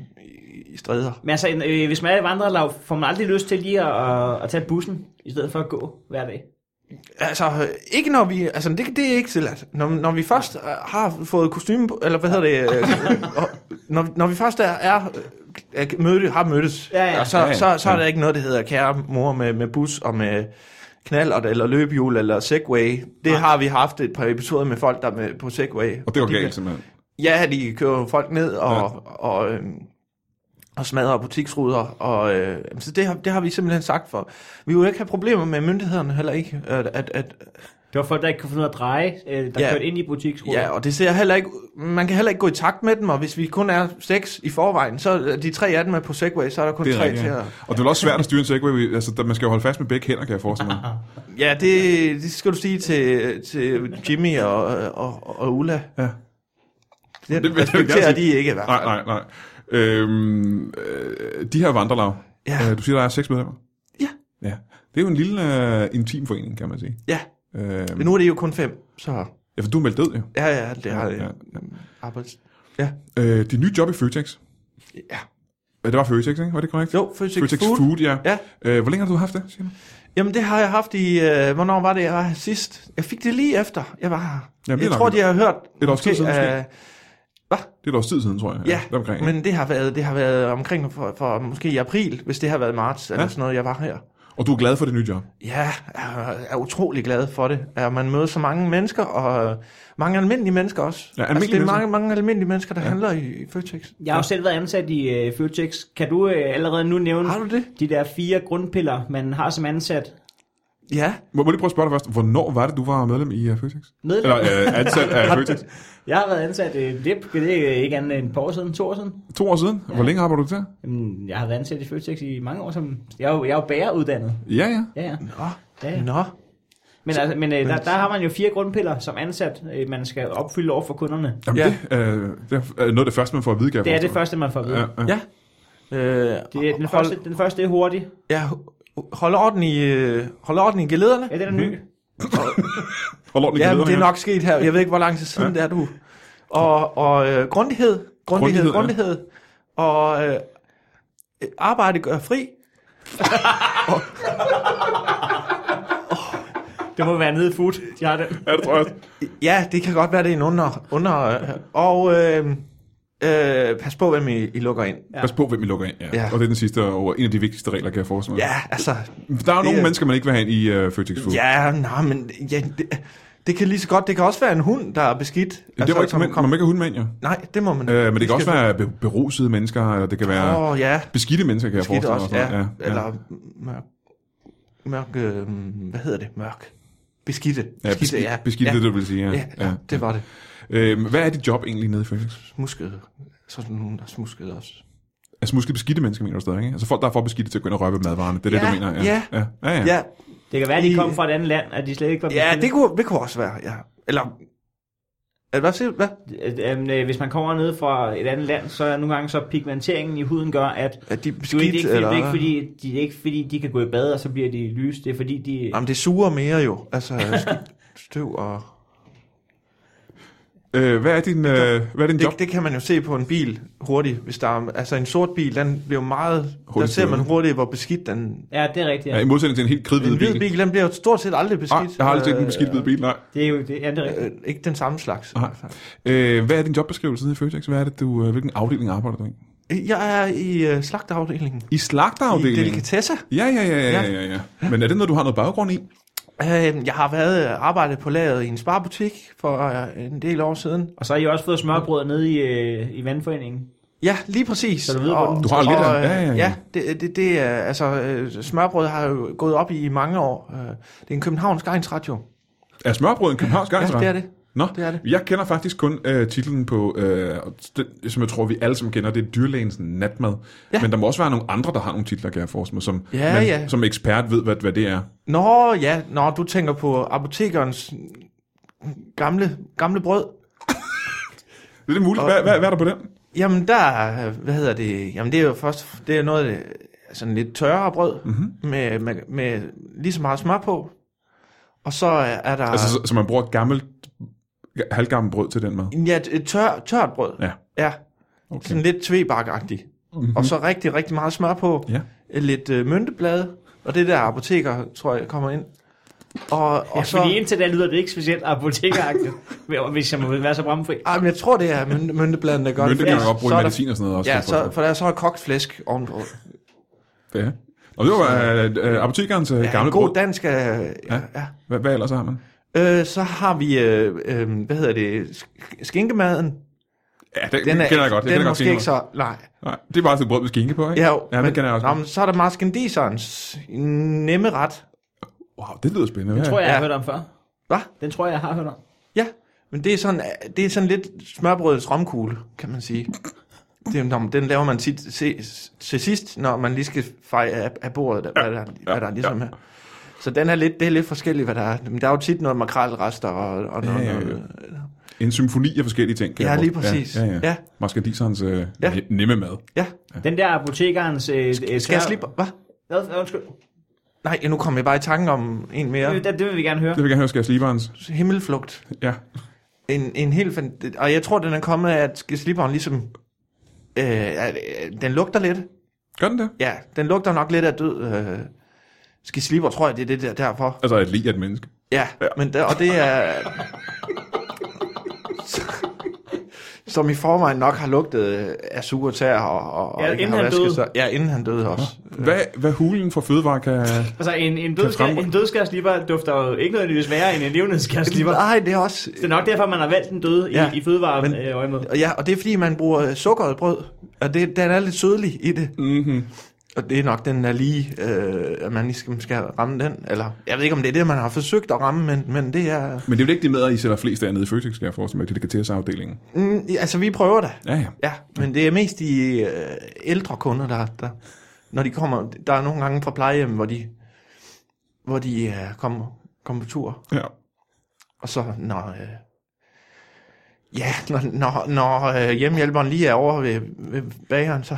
S3: i stræder.
S2: Men altså, øh, hvis man er i vandrelav, får man aldrig lyst til lige at, at, at tage bussen, i stedet for at gå hver dag.
S3: Altså, øh, ikke når vi... Altså, det, det er ikke tilladt. Når, når vi først øh, har fået kostume... på- Eller hvad hedder det? Øh, og, når, når vi først er... er øh, mødte, har mødtes,
S2: Ja, ja.
S3: Og så,
S1: Ja, ja.
S3: så, så er der
S1: Ja.
S3: ikke noget, der hedder kære mor med, med bus og med knallert eller løbehjul eller segway. Det har vi haft et par episoder med folk, der er med på segway.
S1: Og det går
S3: De-
S1: galt, simpelthen.
S3: Ja, de kører jo folk ned og,
S1: Ja.
S3: ja. og, og, øhm, og smadrer butiksruder. Og, øh, så det har, det har vi simpelthen sagt for. Vi vil ikke have problemer med myndighederne heller ikke. At, at, at,
S2: Det var folk, der ikke kunne finde ud af at dreje, øh, der
S3: Ja.
S2: kørte ind i butiksrummet.
S3: ja, og det ser heller ikke, man kan heller ikke gå i takt med dem, og hvis vi kun er seks i forvejen, så er de tre af dem er på Segway, så er der kun
S1: Det
S3: tre
S1: er rigtigt,
S3: til
S1: ja.
S3: at...
S1: Og det er vel også svært at styre en segway. Altså, der- man skal jo holde fast med begge hænder, kan jeg forestille mig.
S3: Ja, det, det skal du sige til, til Jimmy og, og, og Ulla.
S1: Ja.
S3: Det,
S1: Det
S3: det
S1: vil jeg
S3: respekterer
S1: gerne sige.
S3: de ikke i hvert fald.
S1: Nej, nej, nej. Øhm, øh, de her vandrelav.
S3: Ja.
S1: Øh, du siger, der er seks medlemmer.
S3: Ja.
S1: Ja. Det er jo en lille øh, intim forening, kan man sige.
S3: Ja,
S1: Øhm,
S3: men nu er det jo kun fem, så...
S1: Ja, for du er meldt død, jo.
S3: Ja, ja, det har
S1: Ja,
S3: jeg.
S1: ja.
S3: Arbejds... Ja,
S1: Øh, dit nye job i Føtex.
S3: ja.
S1: Ja, Det var Føtex, ikke? Var det korrekt?
S3: Jo, Føtex,
S1: Føtex Food. Food, ja.
S3: Ja.
S1: Øh, hvor længe har du haft det, siger du?
S3: Jamen det har jeg haft i, øh, hvornår var det, jeg var her sidst? Jeg fik det lige efter, jeg var her.
S1: Jamen, det er
S3: jeg
S1: nok
S3: tror,
S1: et-
S3: de har hørt...
S1: et års tid siden, måske.
S3: øh,
S1: Det er et års tid siden, tror jeg.
S3: ja,
S1: deromkring.
S3: men det har været, det har været omkring for, for måske i april, hvis det har været marts eller
S1: Ja.
S3: sådan noget, jeg var her.
S1: Og du er glad for det nye job?
S3: Ja, jeg er utrolig glad for det. At man møder så mange mennesker, og øh, mange almindelige mennesker også.
S1: Ja,
S3: altså,
S1: almindelige
S3: det er
S1: mennesker.
S3: mange, mange almindelige mennesker, der ja. handler i, i Føtex.
S2: Jeg har jo selv været ansat i øh, Føtex. Kan du øh, allerede nu nævne
S3: Har du det?
S2: de der fire grundpiller, man har som ansat?
S3: Ja.
S1: Må, må jeg lige prøve at spørge dig først, hvornår var det, du var medlem i uh, Føtex?
S2: Medlem?
S1: Eller uh, ansat af Føtex?
S2: Jeg har været ansat, øh, det, det er ikke andet end et par år siden, to år siden.
S1: To år siden? Hvor længe arbejder du der?
S2: Jamen, Jeg har været ansat i Føtex i mange år. Som, jeg, er jo, jeg er jo bæreruddannet.
S1: Ja, ja.
S2: Ja, ja.
S3: Nå.
S2: Ja.
S3: Nå.
S2: Men, altså, men øh, der, der har man jo fire grundpiller som ansat, øh, man skal opfylde over for kunderne.
S1: Jamen,
S3: Ja.
S1: ja. Det, uh, det er noget af det første, man får at vide, kan jeg
S2: Det er det
S1: forestille
S2: første, man får at vide.
S1: mig. Ja, ja.
S3: Ja. Øh,
S2: Det er den,
S3: hold-
S2: første, den første er hurtig.
S3: Ja, hold orden i, øh, hold orden i gelederne.
S2: Ja, den er ny.
S1: Hold ordentligt
S3: Ja,
S1: videre
S3: men det er
S1: her.
S3: nok sket her. Jeg ved ikke, hvor lang tid siden ja. det er du. Og, og øh, grundighed,
S1: Grundighed,
S3: grundighed,
S1: ja.
S3: grundighed. Og øh, arbejde gør fri.
S2: Det må være nede i food. De har det.
S1: Ja, det tror jeg. også.
S3: Ja, det kan godt være, det er en under... under øh, og øh, øh, pas på, hvem I, I lukker ind.
S2: Ja.
S1: Pas på, hvem I lukker ind. Ja.
S3: Ja.
S1: Og det er den sidste og en af de vigtigste regler, kan jeg forestille mig.
S3: Ja, altså...
S1: Der er jo nogle
S3: er-
S1: mennesker, man ikke vil have ind i uh, Føtex Food.
S3: Ja, nej, men... Ja, det, det kan lige så godt... Det kan også være en hund, der er beskidt. Altså,
S1: Ja, det var ikke,
S3: som
S1: man, man må ikke have hundmænd, jo.
S3: Nej, det må man
S1: Øh, men det kan
S3: skal-
S1: også være be- berusede mennesker, eller det kan være
S3: Åh, oh, ja.
S1: beskidte mennesker, kan jeg
S3: Skidt
S1: forestille mig.
S3: også,
S1: og sådan
S3: ja.
S1: noget.
S3: ja. Eller mørk, mørk øh, hvad hedder det? Mørk. Beskidte.
S1: ja, beskidte, ja. beskidte
S3: ja.
S1: det, du vil sige. Ja.
S3: Ja, ja, ja, det var det.
S1: Øhm, hvad er dit job egentlig nede i Føtex?
S3: Smuskede. Sådan nogen, der smuskede også.
S1: Altså måske beskidte mennesker, mener du stadig, ikke? Altså folk, der er for beskidte til at gå ind og røre ved madvarerne. Det er
S3: Ja,
S1: det, du mener.
S3: ja.
S1: ja. ja, ja. ja.
S3: Ja,
S2: Det kan være, at de
S3: I-
S2: kom fra et andet land, at de slet ikke var
S3: ja
S2: bestilt.
S3: det, kunne, det kunne også være, ja. Eller, eller hvad siger du? Hvad?
S2: Øhm, øh, hvis man kommer ned fra et andet land, så er nogle gange så pigmenteringen i huden gør, at
S3: At de er
S2: du
S3: beskidt,
S2: er ikke, det, er ikke,
S3: eller?
S2: det, er ikke fordi, de, det er ikke fordi, de kan gå i bad, og så bliver de lyse. Det er fordi, de...
S3: Jamen, det suger mere jo. Altså, skidt. støv og...
S1: Øh, hvad er din, øh, hvad er din job?
S3: Det, det kan man jo se på en bil hurtigt, hvis der er, altså en sort bil, den bliver jo meget,
S1: Hurtigt
S3: der ser man
S1: støvende.
S3: hurtigt, hvor beskidt den,
S2: Ja, det er rigtigt.
S1: Ja,
S2: Ja.
S1: I modsætning til en helt
S3: en
S1: kridhvid
S3: hvid
S1: bil.
S3: bil, den bliver jo stort set aldrig
S1: Nej,
S3: beskidt.
S1: jeg har aldrig set en beskidt hvid
S3: Øh,
S1: bil, nej.
S2: Det er jo det, ja, det er rigtigt.
S3: Øh, ikke den samme slags.
S1: Nej. Øh, hvad er din jobbeskrivelse nede i Føtex? Hvad er det, du, øh, hvilken afdeling arbejder du i?
S3: Jeg er i øh, slagteafdelingen.
S1: I
S3: I
S1: slagterafdelingen?
S3: delikatesser.
S1: Ja, ja, ja, ja, ja, ja. Men er det noget, du har noget baggrund i?
S3: Øh, jeg har været arbejdet på lageret i en sparebutik for øh, en del år siden.
S2: Og så har I også fået smørbrød nede i, øh, i vandforeningen.
S3: Ja, lige præcis.
S2: Så du ved, hvor den-
S1: Du har lidt af-
S3: øh,
S1: ja, ja, ja.
S3: ja, det, det, det er, altså, øh, smørbrød har jo gået op i mange år. Øh, Det er en københavnsk egensret jo.
S1: Er smørbrød en københavnsk
S3: Ja,
S1: gangsret?
S3: det er det.
S1: Nå,
S3: Det er det.
S1: jeg kender faktisk kun øh, titlen på, øh, og den, som jeg tror, vi alle som kender, det er dyrlægens natmad. Ja.
S3: Ja.
S1: Men der må også være nogle andre, der har nogle titler, kan jeg forestille mig, som,
S3: Ja,
S1: man,
S3: ja.
S1: som ekspert ved, hvad, hvad det er.
S3: Nå, ja, nå, du tænker på apotekerens gamle, gamle brød.
S1: Det er det muligt. Hvad, hvad, hvad er der på den?
S3: Ah. Jamen, der, er, hvad hedder det? Jamen, det er jo først, det er noget af det sådan lidt tørre brød,
S1: Mhm.
S3: mm-hmm. med, med, med lige så meget smør på. Og så er der...
S1: Altså, så, så man bruger gammelt, halvgammelt brød til den mad.
S3: Ja, et- et tør, tørt brød.
S1: Ja.
S3: ja.
S1: Okay. Mhm.
S3: Sådan lidt tvebakagtigt. Mm-hmm. Og så rigtig, rigtig meget smør på.
S1: Ja.
S3: Lidt øh, mynteblade. Og det der apoteker, tror jeg, kommer ind. Og, og
S2: Ja,
S3: så...
S2: så... Fordi indtil da lyder det ikke specielt apotekeragtigt, hvis jeg må være så bramfri.
S3: Ej, men jeg tror, det er mynt- myntebladene, der gør det.
S1: Mønte kan
S3: fordi
S1: man godt bruge
S3: så
S1: i
S3: er der-
S1: medicin og sådan noget også.
S3: Ja,
S1: kan jeg
S3: så, for der er så kogt flæsk ovenpå.
S1: forestille mig. ja. Og det var øh, øh, apotekerens øh,
S3: Ja,
S1: gamle
S3: en god
S1: brød.
S3: dansk... Øh, ja.
S1: Ja.
S3: ja.
S1: Hvad, hvad ellers har man?
S3: Øh, så har vi, øh, øh, hvad hedder det, sk- skinkemaden.
S1: Ja, den, den, kender jeg godt.
S3: Den
S1: jeg
S3: er
S1: kender
S3: måske
S1: godt
S3: ikke så... Nej.
S1: Nej, det er bare sådan brød med skinke på, ikke?
S3: Ja,
S1: ja men, det kender jeg også.
S3: Nå, men så er der marskandiserens nemme ret.
S1: Wow, det lyder spændende.
S2: Den tror jeg, jeg har
S3: Ja.
S2: hørt om før.
S3: Hvad?
S2: Den tror jeg, jeg har hørt om.
S3: Ja, men det er sådan, det er sådan lidt smørbrødets romkugle, kan man sige. Det, er- nå, men den laver man tit se- til sidst, når man lige skal feje af, af bordet, der, hvad, der, ja, hvad der ligesom ja. er. Så den er lidt, det er lidt forskelligt, hvad der er. Men der er jo tit noget makrelrester og, og noget,
S1: Ja, ja, ja.
S3: noget...
S1: En symfoni af forskellige ting. Kan
S3: Ja,
S1: jeg
S3: lige
S1: forestille-
S3: præcis.
S1: Ja, ja, ja. ja.
S3: Ja.
S1: Maskandiserens øh,
S3: Ja.
S1: ne- nemme mad.
S3: Ja,
S2: Den der apotekerens... Øh, øh,
S3: skal jeg slippe? Hvad?
S2: Hvad? Undskyld.
S3: Nej, nu kom jeg bare i tanke om en mere.
S2: Det, det, det vil vi gerne høre.
S1: Det vil jeg gerne høre, skal jeg sliberens?
S3: Himmelflugt.
S1: Ja.
S3: En, en helt fan... Og jeg tror, den er kommet af, at sliberen ligesom... Øh, at, øh, den lugter lidt.
S1: Gør den det?
S3: Ja, den lugter nok lidt af død. Øh, skisliber, tror jeg, det er det der, derfor.
S1: Altså, at lige et menneske.
S3: Ja, men der, og det er... som i forvejen nok har lugtet øh, af sure tær og, og, og
S2: Ja,
S3: ikke
S2: inden
S3: har
S2: han
S3: vasket
S2: døde.
S3: sig. Ja, inden han døde også.
S1: Hvad, hvad hulen for fødevare kan...
S2: Altså, en, en,
S1: fremgå-
S2: dødskær, en dødskærsliber dufter jo ikke nødvendigvis værre end en levendeskærsliber.
S3: Øh, Nej, det er også...
S2: Det er nok derfor, man har valgt den døde ja,
S3: Ja,
S2: i, i fødevare
S3: men-
S2: øh, øjemed.
S3: Og Ja, og det er fordi, man bruger øh, sukkeret brød, og det, den er lidt sødlig i det.
S1: Mm-hmm.
S3: Og det er nok den der lige, øh, at man ligesom skal ramme den. Eller, jeg ved ikke, om det er det, man har forsøgt at ramme, men, men det er...
S1: Men det er vel ikke det med, at I sætter flest dernede i Føtex, skal jeg forestille mig, til delikatesseafdelingen.
S3: Mm, altså, vi prøver da.
S1: Ja, ja.
S3: Ja, men det er mest de øh, ældre kunder, der, der, når de kommer, der er nogle gange fra plejehjem, hvor de, hvor de øh, kommer, kommer på tur,
S1: ja.
S3: og så når, øh, ja, når, når, når øh, hjemmehjælperen lige er over ved, ved bageren, så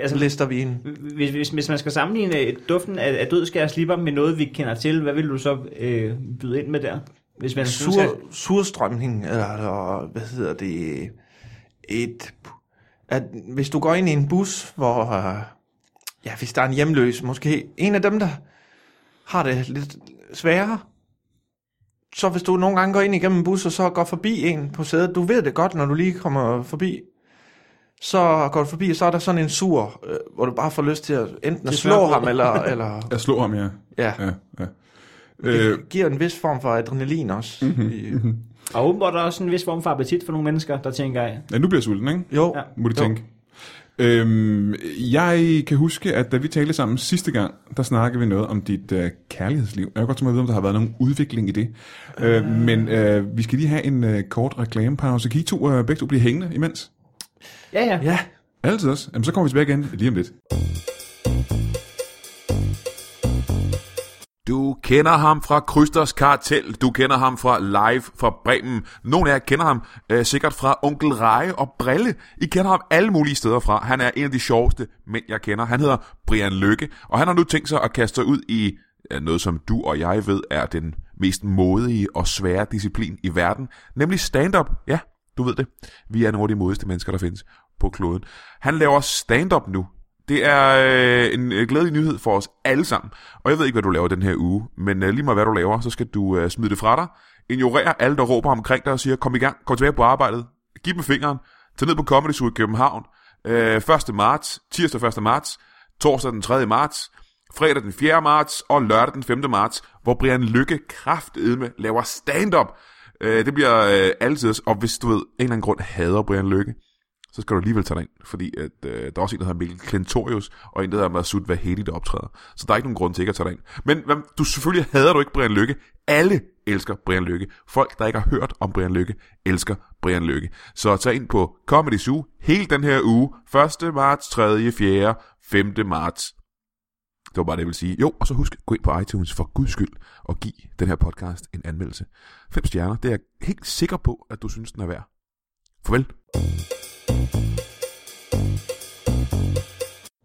S2: Altså,
S3: lister vi en.
S2: hvis, hvis, hvis man skal sammenligne øh, duften af, af dødskærsliber med noget, vi kender til, hvad vil du så øh, byde ind med der? Hvis man synes, at-
S3: Sur, surstrømning, eller, eller hvad hedder det, et, at hvis du går ind i en bus, hvor, øh, ja, hvis der er en hjemløs, måske en af dem, der har det lidt sværere, så hvis du nogle gange går ind igennem en bus, og så går forbi en på sædet, du ved det godt, når du lige kommer forbi, så går du forbi, og så er der sådan en sur, øh, hvor du bare får lyst til at enten at
S2: Til
S3: slå
S2: slå.
S3: ham, eller, eller
S1: Jeg slår ham, ja.
S3: ja,
S1: Ja, ja. Øh,
S3: det giver en vis form for adrenalin også. I,
S2: Og åbenbart er der også en vis form for appetit for nogle mennesker, der tænker af.
S1: ja, nu bliver jeg sulten, ikke?
S3: jo,
S2: Ja.
S1: Må du
S3: Jo.
S1: tænke. Øhm, jeg kan huske, at da vi talte sammen sidste gang, der snakkede vi noget om dit øh, kærlighedsliv. Jeg kan godt tænke mig at vide, om der har været nogen udvikling i det. Øh, men øh, vi skal lige have en øh, kort reklamepause. Kan I to, øh, begge to blive hængende imens?
S2: Ja, ja.
S3: ja.
S1: Altid også. Jamen, så kommer vi tilbage igen lige om lidt.
S4: Du kender ham fra Krysters Kartel, du kender ham fra Live fra Bremen. Nogle af jer kender ham øh, sikkert fra Onkel Reje og Brille. I kender ham alle mulige steder fra. Han er en af de sjoveste mænd, jeg kender. Han hedder Brian Lykke, og han har nu tænkt sig at kaste sig ud i øh, noget, som du og jeg ved er den mest modige og svære disciplin i verden, nemlig stand-up. Ja, du ved det. Vi er nogle af de modigste mennesker, der findes på kloden. Han laver stand-up nu. Det er øh, en øh, glædelig nyhed for os alle sammen. Og jeg ved ikke, hvad du laver den her uge, men øh, lige meget hvad du laver, så skal du øh, smide det fra dig. Ignorere alle, der råber omkring dig og siger, kom i gang, kom tilbage på arbejdet, giv dem fingeren, tag ned på Comedy Zoo i København. Øh, 1. marts, tirsdag 1. marts, torsdag den 3. marts, fredag den 4. marts og lørdag den 5. marts, hvor Brian Lykke kraftedme laver stand-up. Øh, det bliver øh, altid, og hvis du ved, en eller anden grund hader Brian Lykke, så skal du alligevel tage dig ind, fordi at, øh, der er også en, der hedder Mikkel Klentorius, og en, der hedder Masud Vahedi, der optræder. Så der er ikke nogen grund til ikke at tage dig ind. Men hvad, du, selvfølgelig hader du ikke Brian Lykke. Alle elsker Brian Lykke. Folk, der ikke har hørt om Brian Lykke, elsker Brian Lykke. Så tag ind på Comedy Zoo hele den her uge. 1. marts, 3., 4., 5. marts. Det var bare det, jeg ville sige. Jo, og så husk, gå ind på iTunes for guds skyld og giv den her podcast en anmeldelse. Fem stjerner, det er jeg helt sikker på, at du synes, den er værd. Farvel.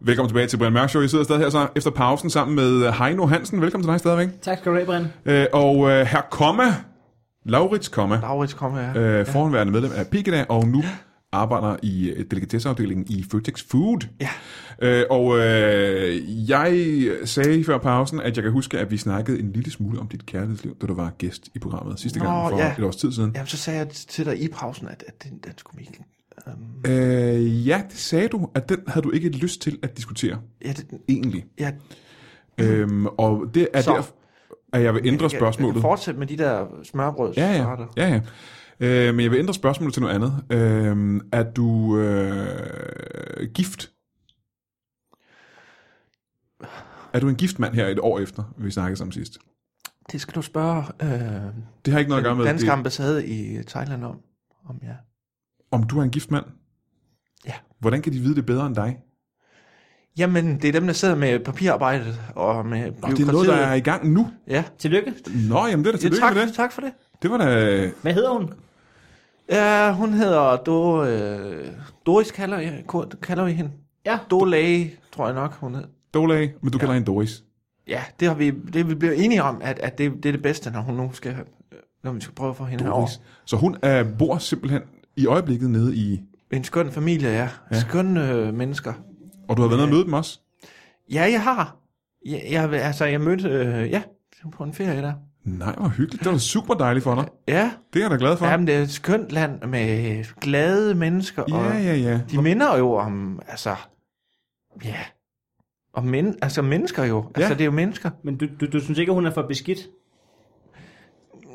S1: Velkommen tilbage til Brian Mørk Show. Jeg sidder stadig her så efter pausen sammen med øh, Heino Hansen. Velkommen til dig stadigvæk.
S2: Tak skal du have, Brian.
S1: Øh, og øh, her komma, Laurits komma,
S3: Laurits, kom her. Øh.
S1: øh, forhenværende medlem af Pigeda, og nu arbejder i øh, delikatesseafdelingen i Føtex Food. Ja. Øh, og øh, jeg sagde før pausen, at jeg kan huske, at vi snakkede en lille smule om dit kærlighedsliv, da du var gæst i programmet sidste
S3: Nå,
S1: gang for
S3: ja.
S1: et års tid siden.
S3: Jamen, så sagde jeg til dig i pausen, at, at den, den skulle Mikkel... Um,
S1: Øh, ja, det sagde du, at den havde du ikke lyst til at diskutere,
S3: ja, det,
S1: egentlig.
S3: ja,
S1: Øhm, og det er
S3: Mm-hmm. Så.
S1: derfor, at jeg vil ændre spørgsmålet.
S3: Fortsæt med de der smørbrød.
S1: Ja, ja. ja, ja. Øh, men jeg vil ændre spørgsmålet til noget andet. Øh, er du øh, gift? Er du en gift mand her et år efter, vi snakkede sammen sidst?
S3: Det skal du spørge øh,
S1: Det har ikke noget at gøre
S3: den
S1: med,
S3: danske
S1: det,
S3: ambassade i Thailand om. om ja.
S1: om du er en gift mand.
S3: Ja.
S1: Hvordan kan de vide det bedre end dig?
S3: Jamen, det er dem, der sidder med papirarbejdet og med
S1: Og det er noget, der er i gang nu.
S3: Ja,
S2: Tillykke.
S1: Nå, jamen det er da
S3: ja
S1: tillykke med
S3: tak,
S1: det.
S3: tak for det.
S1: Det var da...
S2: Hvad hedder hun?
S3: Ja, hun hedder Do, øh, Doris, kalder, jeg, ko- kalder vi hende.
S2: Ja.
S3: Do Lage, tror jeg nok, hun hed.
S1: Dolay, men du kalder hende Doris.
S3: Ja, det har vi, det er vi blevet enige om, at, at det, det er det bedste, når hun nu skal, når vi skal prøve at få hende herover.
S1: Doris. Så hun er, bor simpelthen i øjeblikket nede i...
S3: En skøn familie, ja. ja. Skønne øh, mennesker.
S1: Og du har været nede og møde dem også?
S3: Ja, jeg har. Jeg, jeg, altså, jeg mødte, øh, ja, på en ferie der.
S1: Nej, hvor hyggeligt. Det var super dejligt for dig.
S3: Ja,
S1: Det er jeg da glad for.
S3: Jamen, det er et skønt land med glade mennesker, og
S1: Ja, ja, ja.
S3: de minder jo om, altså, ja, om men, altså mennesker jo. Altså,
S1: Ja.
S3: det er jo mennesker.
S2: Men du, du, du synes ikke, at hun er for beskidt?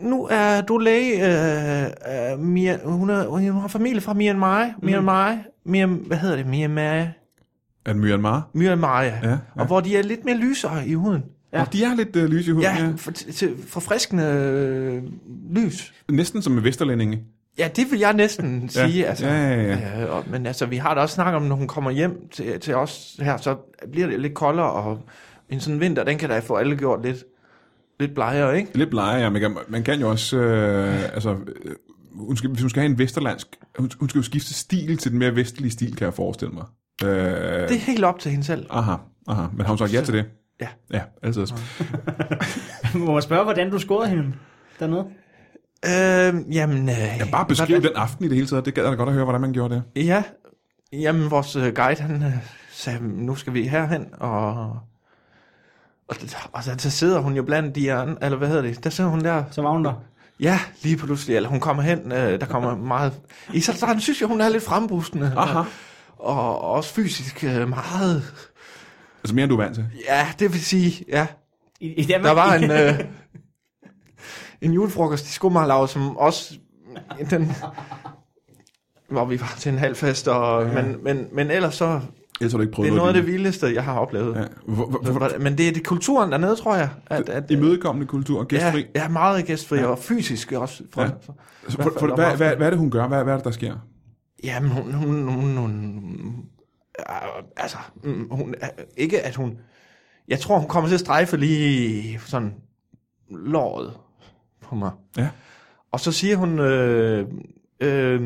S3: Nu er du læge, øh, øh, Mia, hun, er, hun har familie fra Myanmar,
S1: Mm.
S3: Myanmar, Myanmar, hvad hedder det, Myanmar,
S1: Er det Myanmar?
S3: Myanmar, ja,
S1: ja.
S3: ja. og hvor de er lidt mere lysere i huden.
S1: Ja. Og de er lidt øh, lyse i huden, ja.
S3: Ja, for, til, forfriskende øh, lys.
S1: Næsten som med Vesterlændinge.
S3: Ja, det vil jeg næsten sige.
S1: Ja,
S3: Altså.
S1: ja, ja.
S3: Øh, og, men altså, vi har da også snakket om, når hun kommer hjem til, til os her, så bliver det lidt koldere, og en sådan vinter, den kan da få alle gjort lidt, lidt blegere, ikke?
S1: Lidt blege, ja. Man kan, man kan jo også... Øh, altså, øh, hun skal, hvis hun skal have en vesterlandsk... Hun, hun skal jo skifte stil til den mere vestlige stil, kan jeg forestille mig. Øh,
S3: Det er helt op til hende selv.
S1: Aha, aha. Men har hun sagt ja til det?
S3: Ja.
S1: Ja, altid.
S2: Må man spørge, hvordan du scorede hende dernede?
S3: Øh, jamen, øh,
S1: Bare beskriv den aften i det hele taget. Det gad jeg da godt at høre, hvordan man gjorde det.
S3: Ja, jamen vores øh, guide, han øh, sagde, nu skal vi herhen, og, og, og så, så sidder hun jo blandt de andre, eller hvad hedder det, der sidder hun der
S2: Så var hun der.
S3: Ja, lige pludselig. Eller hun kommer hen, øh, der kommer meget... I så starten synes jeg, hun er lidt frembrusende.
S1: Aha.
S3: Og, og også fysisk øh, meget...
S1: Altså mere, end du er vant til.
S3: Ja, det vil sige, ja.
S2: I, i Danmark,
S3: Der var en, øh, en julefrokost i Skummerlav, som også... Den, hvor vi var til en halv fest, og, men, men, men ellers så...
S1: Ellers har du ikke prøvet
S3: Det er noget af det
S1: lignende.
S3: vildeste, jeg har oplevet. Ja.
S1: Ja. Hvor, hvor, hvor,
S3: Men det er det kulturen dernede, tror jeg. At, at, øh,
S1: imødekommende kultur og gæstfri.
S3: Ja, ja, meget gæstfri, og fysisk også. Fra,
S1: Ja.
S3: fra,
S1: Så for,
S3: i hvert
S1: for,
S3: fald om
S1: hvad, hvad,
S3: aftenen.
S1: hvad er det, hun gør? Hvad, hvad er det, der sker?
S3: Jamen, hun... hun, hun, hun øh, altså, mm, hun, er- ikke at hun... Jeg tror, hun kommer til at strejfe lige sådan låret på mig.
S1: Ja.
S3: Og så siger hun... Øh, øh,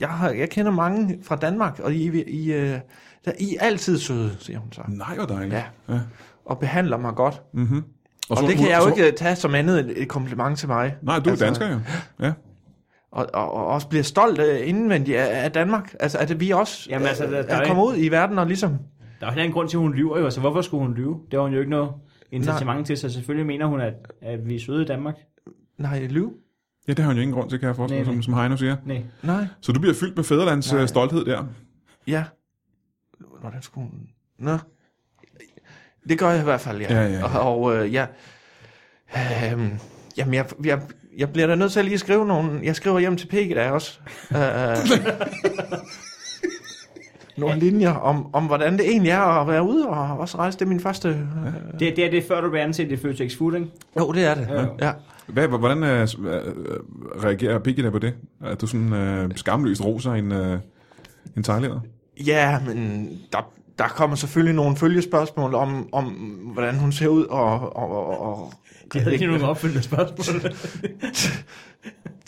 S3: jeg, har, jeg kender mange fra Danmark, og I, I, øh, der, I er altid søde, siger hun så.
S1: Nej, hvor dejligt.
S3: Ja.
S1: ja.
S3: Og behandler mig godt.
S1: Mm-hmm.
S3: Og, og det kan jeg jo ikke øh, tage som andet end et kompliment til mig.
S1: Nej, du er altså, dansker jo. Ja.
S3: Og, og, og også bliver stolt øh, indvendigt af, af Danmark. Altså, at vi også
S2: Jamen,
S3: Jamen,
S2: altså,
S3: altså,
S2: der- der er
S3: er
S2: jo
S3: kommet ud i verden og ligesom...
S2: Der er heller ingen grund til, at hun lyver jo, så hvorfor skulle hun lyve? Det har hun jo ikke noget incitament til, så selvfølgelig mener hun, at, at vi er søde i Danmark.
S3: Nej, lyv.
S1: ja, det har hun jo ingen grund til, kan jeg forestille mig,
S2: Nej,
S1: som, som
S2: nej.
S1: Heino siger.
S2: Nej.
S3: Nej.
S1: Så du bliver fyldt med fædrelands øh, stolthed der.
S3: Ja. Hvordan skulle hun... Nå. Det gør jeg i hvert fald, ja.
S1: Ja, ja, ja.
S3: Og, og øh, ja... Øhm, jamen, jeg, jeg, jeg bliver da nødt til at lige skrive nogle... Jeg skriver hjem til Peggy der også. Øh, nogle linjer om, om, hvordan det egentlig er at være ude og også rejse. Det er min første... Øh,
S2: Det, det, er det er før du bliver ansat i Føtex Food, ikke?
S3: jo, det er det. Ja.
S1: Hvad, hvordan øh, s- øh, øh, reagerer Piggy der på det? At du sådan øh, skamløst roser en, øh, en thailænder?
S3: Ja, men der, der kommer selvfølgelig nogle følgespørgsmål om, om hvordan hun ser ud, og, og, og, og
S2: De havde ikke nogen opfølgende spørgsmål.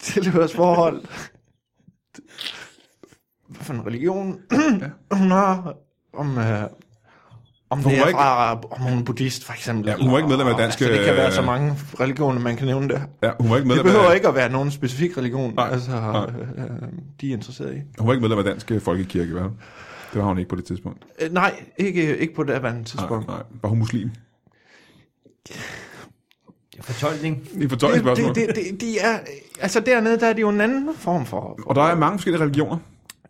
S3: tilhørsforhold. Hvad for en religion hun har, om, øh, om,
S1: hun
S3: det
S1: var
S3: er
S1: ikke-
S3: fra, om hun er buddhist, for eksempel.
S1: Ja, hun var ikke medlem af
S3: Og- og-
S1: Danske-
S3: Altså, det kan være så mange religioner, man kan nævne der.
S1: Ja, hun var ikke
S3: Det
S1: medlem,
S3: behøver
S1: af,
S3: ikke at være nogen specifik religion,
S1: Nej,
S3: altså,
S1: nej.
S3: øh, øh, de er interesseret i.
S1: hun var ikke medlem af Dansk øh, Folkekirke, vel? Det var hun ikke på det tidspunkt.
S3: Øh, nej, ikke, ikke på det andet
S1: Nej,
S3: tidspunkt.
S1: nej. Var hun muslim?
S2: Det er fortolkning.
S1: Det er fortøjet
S3: det,
S1: spørgsmål.
S3: det, det, det, de er, altså dernede, der er det jo en anden form for,
S1: Og der er mange forskellige religioner.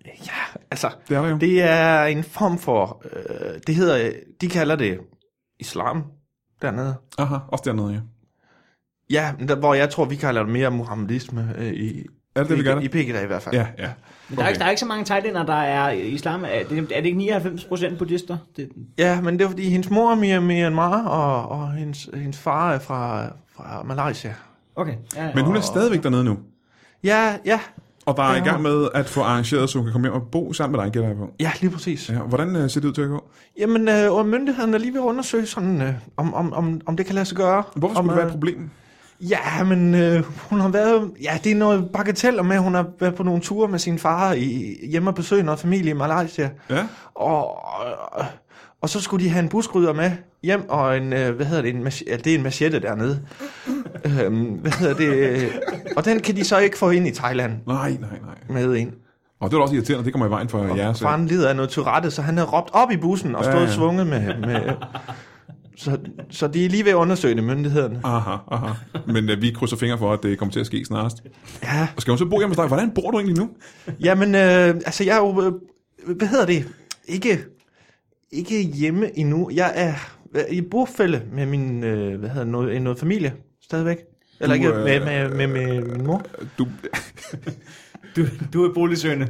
S3: ja, altså,
S1: Det er der jo.
S3: det er en form for, øh, det hedder, øh, de kalder det islam dernede.
S1: Aha, også dernede, ja.
S3: Ja, men der, hvor jeg tror, vi kalder det mere muhammedisme øh, i,
S1: Er det det, vi gør
S3: i, i Pekka i hvert fald.
S1: Ja, ja.
S2: Men der, er ikke, der er ikke så mange thailænder, der er islam. Er det, er det ikke 99 procent buddhister? Det,
S3: ja, men det er fordi, hendes mor er mere Myanmar, og, og hendes, hendes far er fra, fra Malaysia.
S2: okay. Ja, ja.
S1: Men hun er stadigvæk dernede nu.
S3: Ja, ja,
S1: Og der er i gang med at få arrangeret, så hun kan komme hjem og bo sammen med dig, gætter jeg på.
S3: ja, lige præcis.
S1: Ja, hvordan øh, ser det ud til at gå?
S3: Jamen, øh, og myndighederne er lige ved at undersøge sådan, øh, om, om, om, om det kan lade sig gøre.
S1: Hvorfor
S3: om,
S1: skulle det være et
S3: øh,
S1: problem?
S3: Ja, men øh, hun har været... Ja, det er noget bagateller med, at hun har været på nogle ture med sin far i, hjemme og besøge noget familie i Malaysia.
S1: Ja,
S3: Og, og, og så skulle de have en buskrydder med hjem, og en, øh, hvad hedder det, en, mach- ja, det er en machette dernede. øhm, hvad hedder det? Og den kan de så ikke få ind i Thailand
S1: nej, nej, nej.
S3: med ind.
S1: Og det er da også irriterende, det kommer i vejen for jeres. øh,
S3: Faren lider af noget Tourette, så han havde råbt op i bussen og
S1: Ja,
S3: stået ja,
S1: ja.
S3: svunget med... med så, så de er lige ved at undersøge det, myndighederne.
S1: Aha, aha. Men øh, vi krydser fingre for, at det kommer til at ske snarest.
S3: Ja,
S1: Og skal hun så bo hjemme hos dig? Hvordan bor du egentlig nu?
S3: Jamen, øh, altså jeg er jo, øh, hvad hedder det, ikke, ikke hjemme endnu. Jeg er øh, i bordfælde med min, øh, hvad hedder det, noget, noget familie stadigvæk. Eller
S1: Du,
S3: ikke,
S1: øh,
S3: med, med, med, med min mor.
S1: Du,
S2: Du, du er boligsøgende.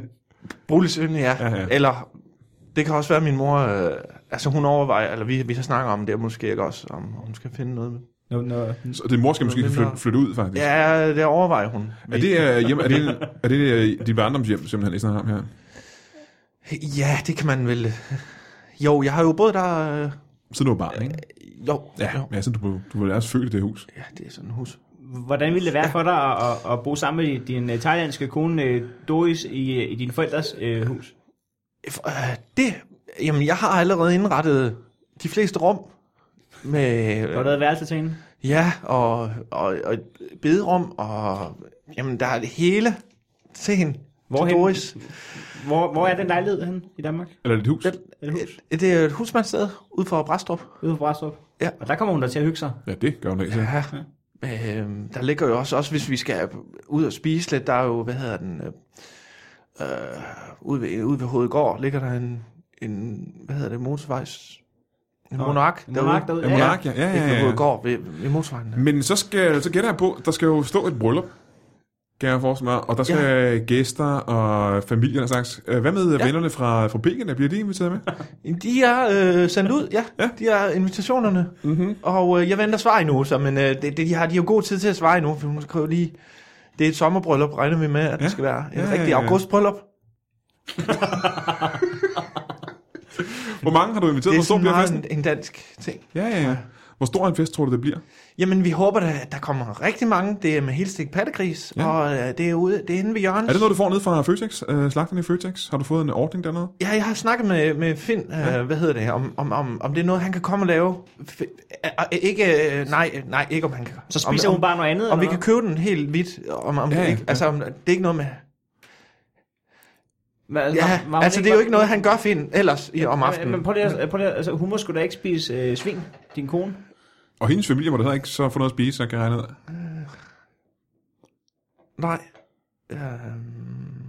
S3: Boligsøgende, ja.
S1: Ja, ja.
S3: Eller, det kan også være, at min mor, øh, altså hun overvejer, eller vi, vi har snakket om det måske ikke også, om hun skal finde noget.
S2: No, no.
S1: så altså, det mor skal måske
S3: Mindre.
S1: flytte, flytte ud, faktisk.
S3: Ja, det overvejer hun.
S1: Er det, øh, hjem, er det, er det øh, dit barndomshjem, simpelthen, i Snarham her?
S3: Ja, det kan man vel. Jo, jeg har jo boet der, øh,
S1: Siden du var barn, ikke?
S3: jo,
S1: Ja,
S3: jo.
S1: ja så du, du var også født i det hus.
S3: ja, det er sådan et hus.
S2: Hvordan ville det være for dig at, at, at bo sammen med din øh, thailandske kone øh, Doris i, øh, i dine forældres øh, hus?
S3: Øh, det, jamen, jeg har allerede indrettet de fleste rum med,
S2: Har du lavet værelse til hende?
S3: ja, og, og, og et bederum, og jamen, der er det hele til hende.
S2: Hvorhen?
S3: til Doris.
S2: Hvor, hvor er den lejlighed henne i Danmark?
S1: Eller dit hus?
S2: Eller hus?
S3: Det er et husmandssted ude for Brastrup.
S2: Ude på Brastrup?
S3: Øh, Ja.
S2: Og der kommer hun da til at hygge sig.
S1: Ja, det gør hun ikke. Ja.
S3: Ja. Øhm, der ligger jo også, også hvis vi skal ud og spise lidt, der er jo, hvad hedder den, øh, øh, ude, ved, ude ved Hovedgård ligger der en, en hvad hedder det, motorvejs, en
S2: Nå,
S3: monark
S2: en
S3: derude.
S2: monark derude,
S1: Ja, monark, ja, ja,
S3: Ikke ved
S1: ja, ja.
S3: Hovedgård, ved, ved motorvejen.
S1: Men så, skal, så gætter jeg på, der skal jo stå et bryllup, kan jeg forestille mig, og der skal ja. gæster og familien og slags. Øh, Hvad med ja. vennerne fra, fra Belgien? Bliver de inviteret med?
S3: De er øh, sendt ud, ja.
S1: Ja. Mhm.
S3: ja. De er invitationerne. Mm-hmm. Og øh, jeg venter svar endnu, så, men øh, det, det, de, har, de har jo god tid til at svare endnu, for hun skal jo lige... Det er et sommerbryllup, regner vi med, at
S1: Ja.
S3: det skal være. En
S1: Ja, ja,
S3: ja, rigtig
S1: ja.
S3: augustbryllup.
S1: Hvor mange har du inviteret?
S3: Det
S1: Hvor stor
S3: er sådan
S1: bliver
S3: meget
S1: festen?
S3: en, en dansk ting.
S1: Ja, ja, ja. Hvor stor en fest tror du, det bliver?
S3: Jamen, vi håber, da, at der kommer rigtig mange. Det er med helt stik pattegris,
S1: Ja.
S3: ja. og øh, det er ude, det er inde ved Jørgens.
S1: Er det noget, du får ned fra Føtex? Øh, slagterne i Føtex? Har du fået en ordning dernede?
S3: Ja, jeg har snakket med, med Finn, ja. øh, hvad hedder det, om, om, om, om det er noget, han kan komme og lave. F- øh, øh, ikke, øh, nej, øh, nej, ikke om han kan.
S2: Så spiser
S3: om,
S2: hun bare noget andet,
S3: Om, om vi
S2: eller
S3: kan købe den helt hvidt, om, om
S1: Ja,
S3: ja,
S1: ja,
S3: det ikke,
S1: ja.
S3: altså, om, det er ikke noget med...
S2: hvad? Hva-
S3: Ja,
S2: var hun
S3: altså, det er jo
S2: var-
S3: ikke noget, han gør Finn ellers i, om
S2: Men, men
S3: aftenen.
S2: prøv lige, at- prøv lige, at- altså, hun må sgu da ikke spise øh, svin, din kone.
S1: Og hendes familie må da heller ikke så få noget at spise, så jeg kan jeg regne ud.
S3: Nej. Øhm.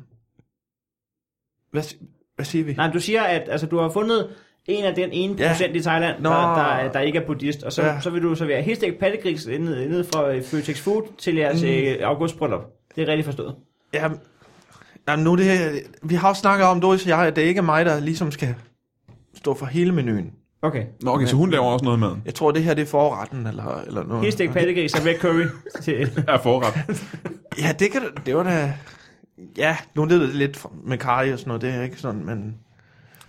S3: Hvad, si- hvad siger vi?
S2: Nej, men du siger, at altså, du har fundet en af den ene
S3: Ja.
S2: procent i Thailand,
S3: Nå.
S2: der, der, der, ikke er buddhist, og så,
S3: Ja.
S2: så vil du så være helt stegt pattegris nede, nede fra øh, Føtex Food til jeres mm. augustbryllup. Det er rigtigt forstået.
S3: Ja, jamen nu er det her, vi har jo snakket om, Doris og jeg, at det ikke er mig, der ligesom skal stå for hele menuen.
S2: Okay.
S1: Nå, okay, så hun laver også noget mad.
S3: Jeg tror, det her det er forretten, eller, eller noget.
S2: Helt stegt pattegris og red curry. Til,
S1: Ja, forret.
S3: Ja, det kan du- det var da... Ja, nu lyder det lidt fra- med karri og sådan noget, det er ikke sådan, men...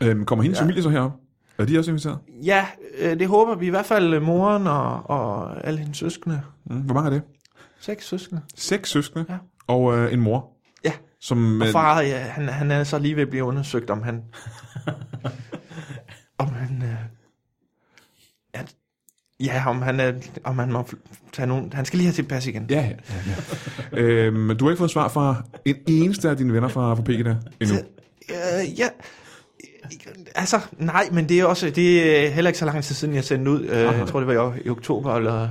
S1: øhm, kommer hendes ja.
S3: Ja.
S1: familie så herop? Er de også inviteret?
S3: Ja, øh, det håber vi i hvert fald øh, moren og, og alle hendes søskende.
S1: Mm, hvor mange er det?
S3: Seks søskende.
S1: Seks søskende
S3: Ja.
S1: og øh, en mor.
S3: Ja.
S1: Som,
S3: Men...
S1: øh,
S3: Og far, ja, han, han er så lige ved at blive undersøgt, om han... om han... Øh, at, ja, om han, er, om han må fl- tage nogen... Han skal lige have sit pas igen.
S1: Ja, ja, ja. ja. øhm, du har ikke fået svar fra en eneste af dine venner fra, fra Pekita endnu.
S3: Øh, ja. Altså, nej, men det er også det er heller ikke så lang tid siden, jeg sendte ud. Øh, jeg tror, det var i, i oktober eller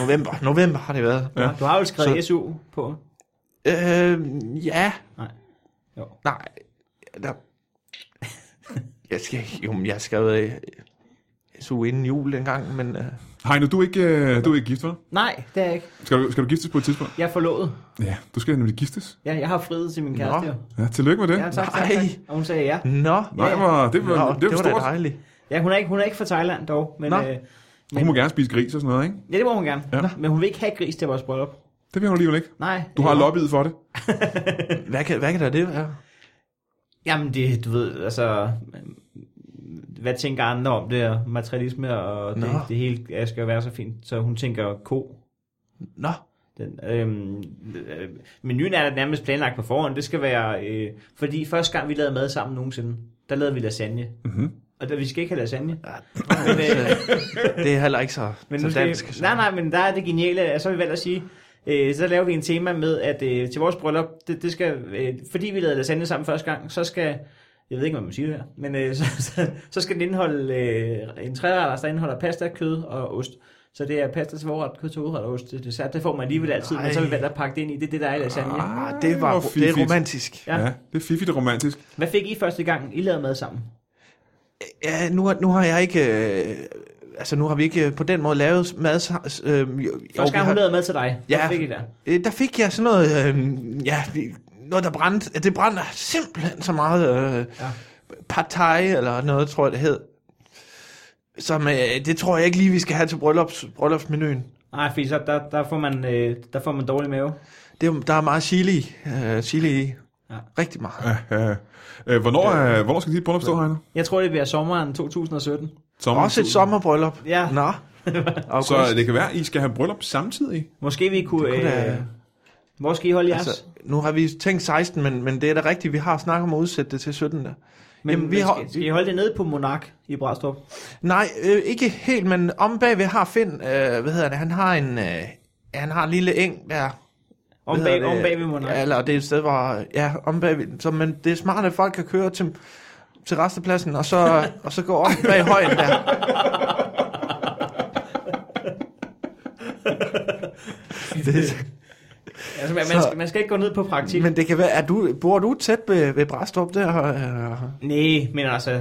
S3: november. November har det været.
S1: Ja.
S2: Du har jo skrevet så... SU på.
S3: Øh, ja.
S2: Nej. Jo.
S3: Nej. Der. Jeg skal ikke- jo, men jeg skrev øh, SU inden jul dengang, men øh,
S1: Heino, du er ikke, øh, du er ikke gift, hva'?
S2: Nej, det er jeg ikke.
S1: Skal du, skal du giftes på et tidspunkt?
S2: Jeg er forlovet.
S1: Ja, du skal nemlig giftes.
S2: Ja, jeg har friet til min kæreste.
S3: Nå.
S2: jo.
S1: Ja, tillykke med det.
S2: Ja, tak, tak,
S3: Nej.
S2: tak. Og hun sagde ja.
S3: nå.
S1: Nej, hvor, det var,
S3: Nå,
S1: det var
S3: det var da
S1: stort.
S3: dejligt.
S2: Ja, hun er ikke, hun er ikke fra Thailand dog, men
S3: Nå.
S2: øh,
S1: Hun må gerne spise gris og sådan noget, ikke?
S2: ja, det må hun gerne.
S1: Ja.
S2: Ja. Men hun vil ikke have gris til vores bryllup.
S1: Det vil hun alligevel ikke.
S2: Nej.
S1: Du har
S2: øh,
S1: lobbyet for det.
S3: Hvad kan, hvad kan der det være?
S2: Jamen det, du ved, altså... Hvad tænker andre om det her materialisme, og det,
S3: Nå.
S2: det hele ja, skal jo være så fint. Så hun tænker ko.
S3: Nå.
S2: Den, øhm, øh, menuen er da nærmest planlagt på forhånd. Det skal være... Øh, fordi første gang, vi lavede mad sammen nogensinde, der lavede vi lasagne.
S1: Mm-hmm.
S2: Og der, vi skal ikke have lasagne.
S3: Ja,
S2: Men, øh,
S3: Det er heller ikke så,
S2: Men
S3: så
S2: nu skal,
S3: dansk. så-
S2: nej, nej, men der er det geniale, at så har vi valgt at sige, øh, så laver vi en tema med, at øh, til vores bryllup, det, det skal, øh, fordi vi lavede lasagne sammen første gang, så skal, jeg ved ikke, hvad man siger her, men øh, så, så, så skal den indeholde øh, en træretters, der indeholder pasta, kød og ost. Så det er pasta til forret, kød til hovedret og ost til dessert. Det får man alligevel altid, men så har vi
S3: Nej.
S2: valgt at pakke det ind i. Det er det, der er i lasagne.
S3: Ah, det, var,
S1: Hvor
S3: det
S1: fiffigt.
S3: er romantisk.
S1: Ja. ja, det er fiffigt og romantisk.
S2: Hvad fik I første gang, I lavede mad sammen?
S3: Ja, nu, har- nu har jeg ikke... Øh, altså, nu har vi ikke øh, på den måde lavet mad... sa- Øh, jo, jo, vi
S2: Første gang,
S3: har-
S2: hun lavede mad til dig.
S3: Ja.
S2: Hvad fik I der?
S3: Øh, der fik jeg sådan noget... Øh, ja, det- noget, der brændte. Det brænder simpelthen så meget... Øh,
S2: Ja.
S3: ja. Pad thai, eller noget, tror jeg, det hed. Som, øh, det tror jeg ikke lige, vi skal have til bryllups, bryllupsmenuen.
S2: Nej, fordi så der, der, får man, øh, der får man dårlig mave.
S3: Det, er jo- der er meget chili, i, øh, chili i.
S2: Ja.
S3: Ja. Rigtig meget.
S1: Ja, ja. Øh, Hvornår, øh, hvornår skal dit bryllup stå, Heino?
S2: Jeg tror, det bliver sommeren 2017.
S1: Sommer.
S3: Også et sommerbryllup.
S2: Ja.
S3: Nå. August.
S1: Så det kan være, at I skal have bryllup samtidig.
S2: Måske vi kunne...
S3: Det kunne
S2: øh,
S3: da-
S2: Hvor skal I holde jeres?
S3: Altså, nu har vi tænkt 16, men, men det er da rigtigt, vi har snakket om at udsætte det til 17. Der.
S2: men,
S3: jamen, vi
S2: men
S3: har-
S2: skal, skal I holde det nede på Monark i Brædstrup?
S3: Nej, øh, ikke helt, men om bagved har Finn, øh, hvad hedder det, han har en, øh, han har en lille eng der.
S2: Om,
S3: Hvad
S2: bag,
S3: hedder
S2: om
S3: det?
S2: bag ved Monark?
S3: Ja,
S2: Ja.
S3: eller det er et sted, hvor, ja, om bagved. Så, men det er smart, at folk kan køre til, til restepladsen, og så, og så gå op bag højen der. det,
S2: Altså, man, man,
S3: Så-
S2: skal, man skal ikke gå ned på praktik. Men,
S3: men det kan være, er du, bor du tæt ved, ved Brastrup der? Øh,
S2: Nej, men altså,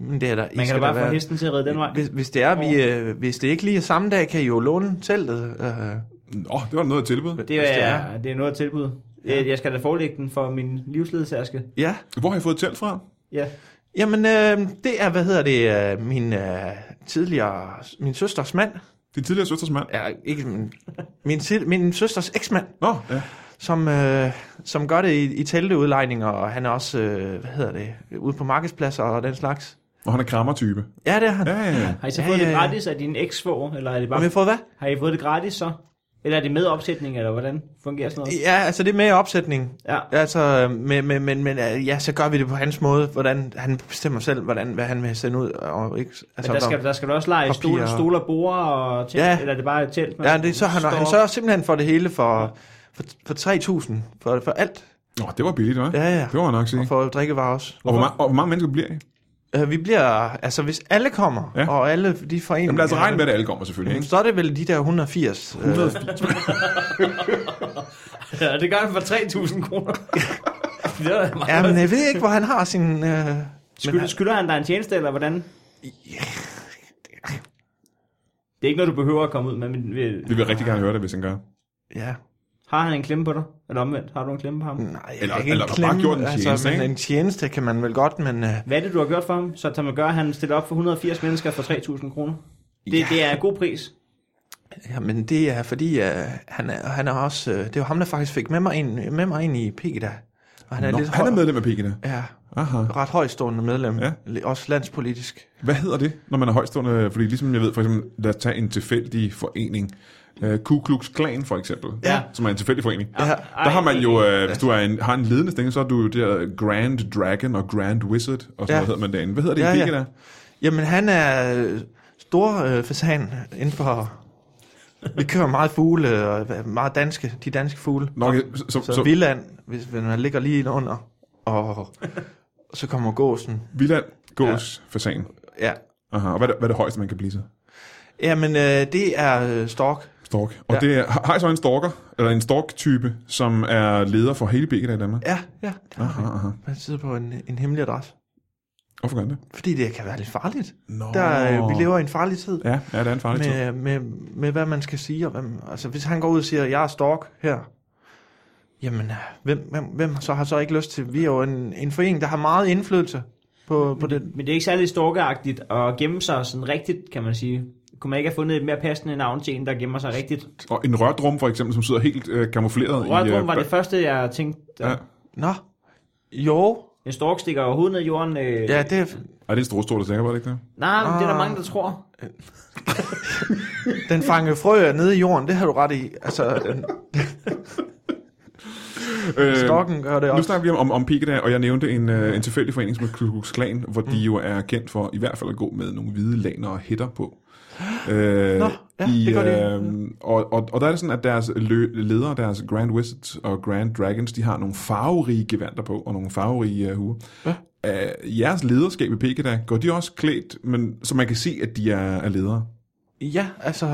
S3: men det er der, I
S2: man kan
S3: skal
S2: da bare få
S3: være-
S2: hesten til at ride den vej.
S3: Hvis, hvis det er, vi, øh, hvis det ikke lige er samme dag, kan I jo låne teltet. Øh,
S1: Nå, det var da noget at tilbyde.
S2: Det
S3: hvis det
S2: er,
S3: er.
S2: det er noget at tilbyde. Ja. Jeg skal da forelægge den for min livsledsagerske.
S3: ja.
S1: Hvor har I fået et telt fra?
S2: Ja.
S3: Jamen, øh, det er, hvad hedder det, øh, min øh, tidligere, min søsters mand.
S1: Din tidligere søsters mand.
S3: Ja, ikke min, min, tid, min søsters eksmand,
S1: Nå, ja.
S3: som, øh, som gør det i, i telteudlejninger, og han er også, øh, hvad hedder det, ude på markedspladser og den slags.
S1: Og han er krammertype.
S3: Ja, det er han.
S1: Ja,
S3: Ja.
S1: ja, ja.
S2: Har I så
S3: Ja,
S2: fået
S3: ja,
S2: det
S3: ja.
S2: gratis af din eksvoger, eller er det
S3: Har vi
S2: bare...
S3: fået hvad?
S2: Har I fået det gratis så? Eller er det med opsætning, eller hvordan fungerer sådan noget?
S3: Ja, altså det er med i opsætningen.
S2: Ja.
S3: Altså, men, men, men, men øh, ja, så gør vi det på hans måde. Hvordan, han bestemmer selv, hvordan, hvad han vil sende ud. Og, ikke, altså,
S2: Men der skal, der skal du også lege
S3: Papir
S2: stole,
S3: og-
S2: stole og borde og telt,
S3: Ja.
S2: eller er det bare et telt? man-
S3: ja, det, så han,
S2: står
S3: han
S2: op?
S3: sørger simpelthen for det hele for, for, for 3.000. For, for alt.
S1: Nå, det var billigt, hva'?
S3: Ja, ja.
S1: Det var nok sige.
S3: Og for drikkevarer også.
S1: Og hvor, mange, og hvor mange mennesker bliver I?
S3: Øh, vi bliver, altså hvis alle kommer,
S1: Ja.
S3: ja. og alle de foreninger...
S1: Jamen lad os regne med, at alle kommer selvfølgelig, ikke?
S3: Så er det vel de der 180. 100. Øh,
S2: Ja, det gør han for 3.000 kroner. det er da meget.
S3: ja, men øh, jeg ved ikke, hvor han har sin... Øh,
S2: Skylder, skylder han dig en tjeneste, eller hvordan? Det er ikke noget, du behøver at komme ud med, men
S1: Vi
S3: Mm.
S2: vil-
S1: vil rigtig gerne høre det, hvis han gør.
S3: ja.
S2: har han en klemme på dig? Eller omvendt, har du en klemme på ham?
S3: Nej, jeg
S1: Eller-
S3: kan ikke
S1: eller bare
S3: klemme,
S1: gjort en tjeneste,
S3: altså, men
S1: ikke?
S3: en tjeneste kan man vel godt, men... Øh,
S2: Hvad er det, du har gjort for ham? Så Tom gør, han stiller op for 180 mennesker for 3.000 kroner. Det,
S3: Ja.
S2: det er en god pris.
S3: Jamen det er fordi, øh, han, er, han er også... Øh, det var ham, der faktisk fik med mig ind, med mig ind i Pegida. Og han er
S1: Nå,
S3: lidt
S1: han
S3: høj,
S1: er medlem af Pegida.
S3: Ja,
S1: Aha.
S3: ret højstående medlem.
S1: Ja.
S3: Ja. Også landspolitisk.
S1: Hvad hedder det, når man er højstående? Fordi ligesom jeg ved, for eksempel, lad os tage en tilfældig forening. Øh, Ku Klux Klan for eksempel,
S3: Ja.
S1: som er en tilfældig forening.
S3: Ja.
S1: Der har man
S2: Ej,
S1: jo, øh, hvis du er en, har en ledende stilling, så er du jo der Grand Dragon og Grand Wizard, og sådan ja.
S3: Ja.
S1: noget hedder man derinde. Hvad hedder det
S3: Ja,
S1: i
S3: ja.
S1: Pegida?
S3: Jamen, han er øh, stor øh, fasan inden for... Vi kører meget fugle, og hva- meget danske, de danske fugle.
S1: Nå, okay, så, så,
S3: Så,
S1: så
S3: Villand, hvis, hvis man ligger lige ind under, og så kommer gåsen.
S1: Villand, gås, ja. fasan.
S3: Ja,
S1: Aha, og hvad er, det, hvad er det højeste, man kan blive så?
S3: Jamen, øh, det er øh, stork.
S1: Stork. Og ja.
S3: Ja.
S1: det er, har har I så en stalker, eller en stork-type, som er leder for hele Pegida i Danmark?
S3: Ja, ja.
S1: Aha, aha.
S3: Man sidder på en, en hemmelig adresse.
S1: Hvorfor gør han det?
S3: Fordi det kan være lidt farligt.
S1: Nå.
S3: Der, øh, vi lever i en farlig tid.
S1: Ja, ja, det er en farlig tid.
S3: med, med, med hvad man skal sige. Og hvem, altså, hvis han går ud og siger, jeg er stork her, jamen, øh, hvem, hvem, hvem så har så ikke lyst til? Vi er jo en, en forening, der har meget indflydelse på, på det.
S2: Men det er ikke særlig storkeagtigt at gemme sig sådan rigtigt, kan man sige. Kunne man ikke have fundet et mere passende navn til en, der gemmer sig rigtigt?
S1: Og en rørdrum for eksempel, som sidder helt øh, kamufleret i...
S2: Rørdrum var
S1: bag-
S2: det første, jeg tænkte.
S1: Ja.
S2: Ja.
S3: Nå, jo,
S2: En stork stikker jo hovedet ned i jorden. Øh.
S3: ja, det,
S1: Ej, det er en stor, stor, der tænker på det, ikke det?
S2: Nej, men det er der
S3: Ah.
S2: mange, der tror.
S3: den fanger frøer nede i jorden, det har du ret i. Altså, den,
S1: Øh,
S3: storken gør det
S1: Nu
S3: også.
S1: snakker vi om, om, om Pigeda, og jeg nævnte en, øh, en tilfældig forening som er Ku Klux Klan, hvor
S3: Mm.
S1: de jo er kendt for i hvert fald at gå med nogle hvide laner og hætter på. Øh,
S3: Nå, ja, det gør de.
S1: øh, og, og, og der er det sådan, at deres lø- ledere, deres Grand Wizards og Grand Dragons, de har nogle farverige gevanter på, og nogle farverige øh, huer.
S3: Ja.
S1: Øh, jeres lederskab i Pigeda, går de også klædt, men, så man kan se, at de er, er ledere?
S3: Ja, altså,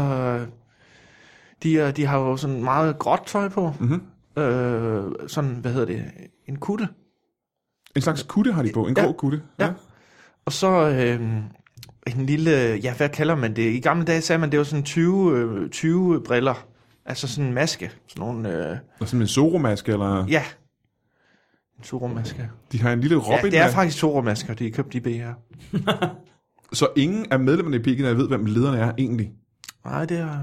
S3: de, er- de har jo sådan meget gråt tøj på.
S1: Mhm.
S3: Mm-hmm. Øh, sådan, hvad hedder det, en kutte.
S1: En slags kutte har de på, en
S3: Ja.
S1: grå kutte.
S3: Ja. Og så øh, en lille, ja, hvad kalder man det? I gamle dage sagde man, det var sådan 20, øh, 20 briller. Altså sådan en maske. Sådan nogle, øh,
S1: Og sådan en zoromaske, eller...
S3: ja. En Toro-maske.
S1: De har en lille
S3: Ja,
S1: robin
S3: det er faktisk Toro-masker, de er købt i BR.
S1: Så ingen af medlemmerne i Pigida ved, hvem lederne er egentlig.
S3: Nej, det er...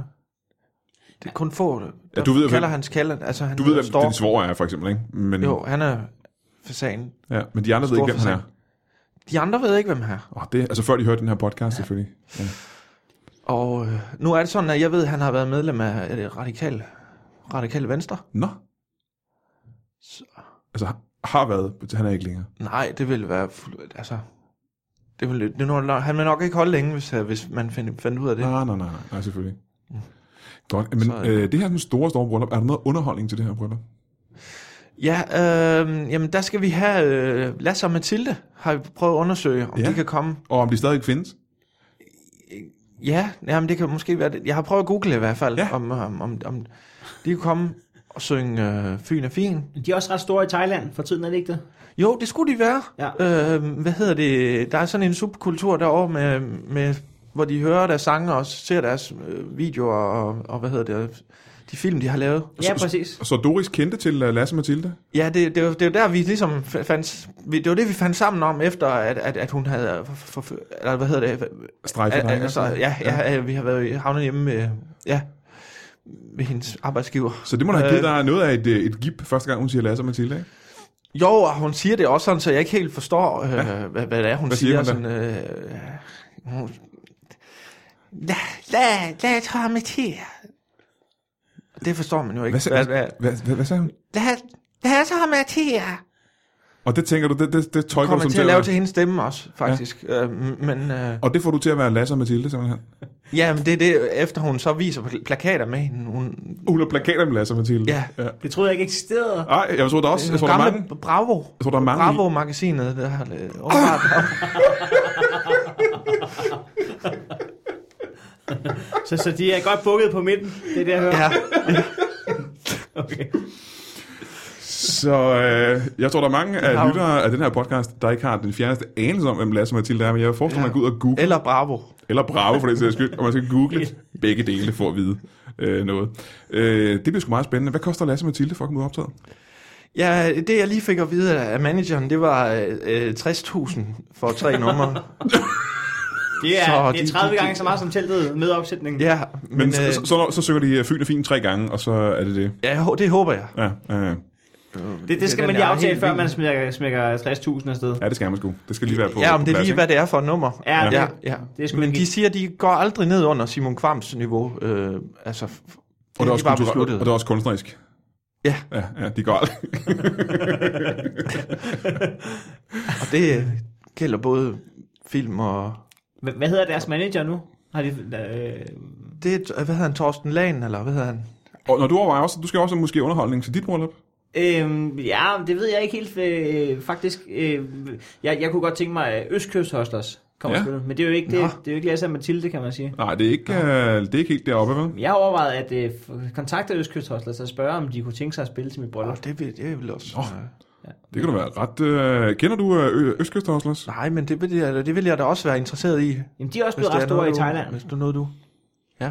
S3: Det er kun få. Der
S1: Ja, du ved,
S3: kalder
S1: hvem-
S3: hans kalder, altså han
S1: Du ved, hvem
S3: står.
S1: din svoger er, for eksempel, ikke? Men,
S3: Jo, han er fasanen.
S1: Ja, men de andre ved
S3: Stor
S1: ikke, hvem han er.
S3: forstand. De andre ved ikke, hvem han er.
S1: Oh, det, altså før de hørte den her podcast, selvfølgelig. Ja.
S3: Og øh, nu er det sådan, at jeg ved, at han har været medlem af det radikale, radikale venstre.
S1: Nå.
S3: Så-
S1: Altså, har været, men han er ikke længere.
S3: Nej, det ville være... fuld- Altså, det ville, det når, når, han vil nok ikke holde længe, hvis, øh, hvis man find, fandt ud af det.
S1: Ah, Nej, nej, nej, nej, nej selvfølgelig. Godt, men
S3: Så, ja.
S1: øh, det her sådan store, store bryllup, er der noget underholdning til det her bryllup?
S3: Ja, øh, jamen der skal vi have... Øh, Lasse og Mathilde har vi prøvet at undersøge, om
S1: Ja.
S3: ja. de kan komme.
S1: Og om de stadig findes?
S3: Ja, jamen det kan måske være det. Jeg har prøvet at google i hvert fald,
S1: Ja.
S3: ja. om, om, om, om de kan komme og synge øh, Fyn er fin.
S2: De er også ret store i Thailand, for tiden er det ikke det?
S3: Jo, det skulle de være.
S2: Ja.
S3: Øh, hvad hedder det? Der er sådan en subkultur derovre, med, med, hvor de hører deres sange og ser deres øh, videoer og, og hvad hedder det, de film, de har lavet.
S2: Ja, præcis.
S1: Så Doris kendte til uh, Lasse Mathilde?
S3: Ja, det, det, var, det var der, vi ligesom f- fandt, vi, det var det, vi fandt sammen om, efter at, at, at hun havde, for, for, for, eller hvad hedder det,
S1: Strejfe
S3: al, altså, ja, ja, ja, vi har været i- havnet hjemme med, ja, ved hendes arbejdsgiver.
S1: Så det må da have givet
S3: Øh.
S1: dig noget af et, øh, et gip, første gang hun siger Lasse og Mathilde, ikke?
S3: Jo, og hun siger det også sådan, så jeg ikke helt forstår, øh, ja. hvad, hvad det er, hun
S1: Hvad siger
S3: siger.
S1: hun
S3: sådan, øh, hun, lad, lad, lad ham et her. Det forstår man jo ikke.
S1: Hvad, sag-
S3: Hvad, hvad,
S1: hvad, hvad, hvad sagde hun?
S3: lad, lad så ham et her.
S1: Og det tænker du, det, det, det tolker du
S3: Kommer
S1: som
S3: til at lave
S1: være-
S3: til hendes stemme også, faktisk. Ja. Øh, men øh,
S1: Og det får du til at være Lasse og Mathilde, simpelthen.
S3: ja, men det er det, efter hun så viser pl- plakater med hende. Hun,
S1: Hun har plakater med Lasse og Mathilde.
S3: Ja.
S1: ja.
S2: Det troede jeg ikke eksisterede.
S1: Ej, jeg tror der også. Jeg tror, der er mange.
S3: Bravo.
S1: Jeg tror, der er mange.
S3: Bravo-magasinet, der har øh, åbenbart
S2: Så, så de er godt bukket på midten. Det er det, jeg hører.
S3: Ja.
S2: Okay.
S1: Så øh, jeg tror, der er mange af
S3: har jo-
S1: lyttere af den her podcast, der ikke har den fjerneste anelse om, hvem Lasse og Mathilde er, men jeg forestiller mig, at man går ud og google,
S3: Eller Bravo.
S1: eller Bravo for den sags skyld, og man skal google begge dele for at vide øh, noget. Øh, det bliver sgu meget spændende. Hvad koster Lasse og Mathilde for at komme ud og optræde?
S3: Ja, det jeg lige fik at vide af manageren, det var øh, øh, 60.000 for tre numre.
S2: Det er,
S3: Så
S2: det er
S3: de-
S2: 30
S3: de-
S2: gange så meget som teltet med opsætningen.
S3: Ja, men,
S1: Men,
S3: men
S1: men så,
S3: øh,
S1: så, så, så synger de øh, Fyn og Fin tre gange, og så er det det.
S3: ja, jeg hå- det håber jeg.
S1: Ja, øh,
S2: Det, det skal
S3: Den
S2: man lige
S3: er
S2: aftale,
S3: helt
S2: før
S3: vild.
S2: man smækker, smækker 60.000 afsted.
S1: ja, det skal man sgu. Det skal lige være på
S3: Ja, om
S1: på
S3: det er
S1: plads,
S3: lige,
S1: ikke?
S3: hvad det er for et nummer.
S2: Ja,
S3: ja.
S2: det-
S3: ja.
S2: det er sgu
S3: men
S2: ikke-
S3: de siger, de går aldrig ned under Simon Kvams niveau. Øh, altså, f-
S1: Og det, er
S3: de
S1: også
S3: bare
S1: kulturelt,
S3: besluttet.
S1: og det er også kunstnerisk.
S3: Ja.
S1: Ja, ja de går aldrig.
S3: Og det øh, gælder både film og...
S2: Hva- Hvad hedder deres manager nu? Har de, øh,
S3: Det, er- hvad hedder han, Torsten Lagen, eller hvad hedder han?
S1: Og når du overvejer også, du skal også have måske underholdning til dit bryllup.
S2: øh, ja, det ved jeg ikke helt øh, faktisk. Øh, jeg, jeg kunne godt tænke mig, at Østkyst Hostlers kommer
S1: Ja.
S2: ja. men det er jo ikke, det,
S3: Nå.
S2: det er jo ikke Lasse og Mathilde, kan man sige.
S1: Nej, det er ikke, øh, det er ikke helt deroppe, vel?
S2: Jeg har overvejet at øh, f- kontakte Østkyst Hostlers og spørge, om de kunne tænke sig at spille til mit bryllup.
S3: Oh, det, vil, det vil også...
S1: Nå.
S3: øh,
S1: Det kan du være ret... Øh, kender du øh, Østkyst Hoslers?
S3: Nej, men det vil, jeg, det vil jeg da også være interesseret i.
S2: Jamen, de er også blevet
S3: det
S2: ret
S3: er
S2: store i
S3: noget, du-
S2: Thailand.
S3: Hvis du noget, du... Ja.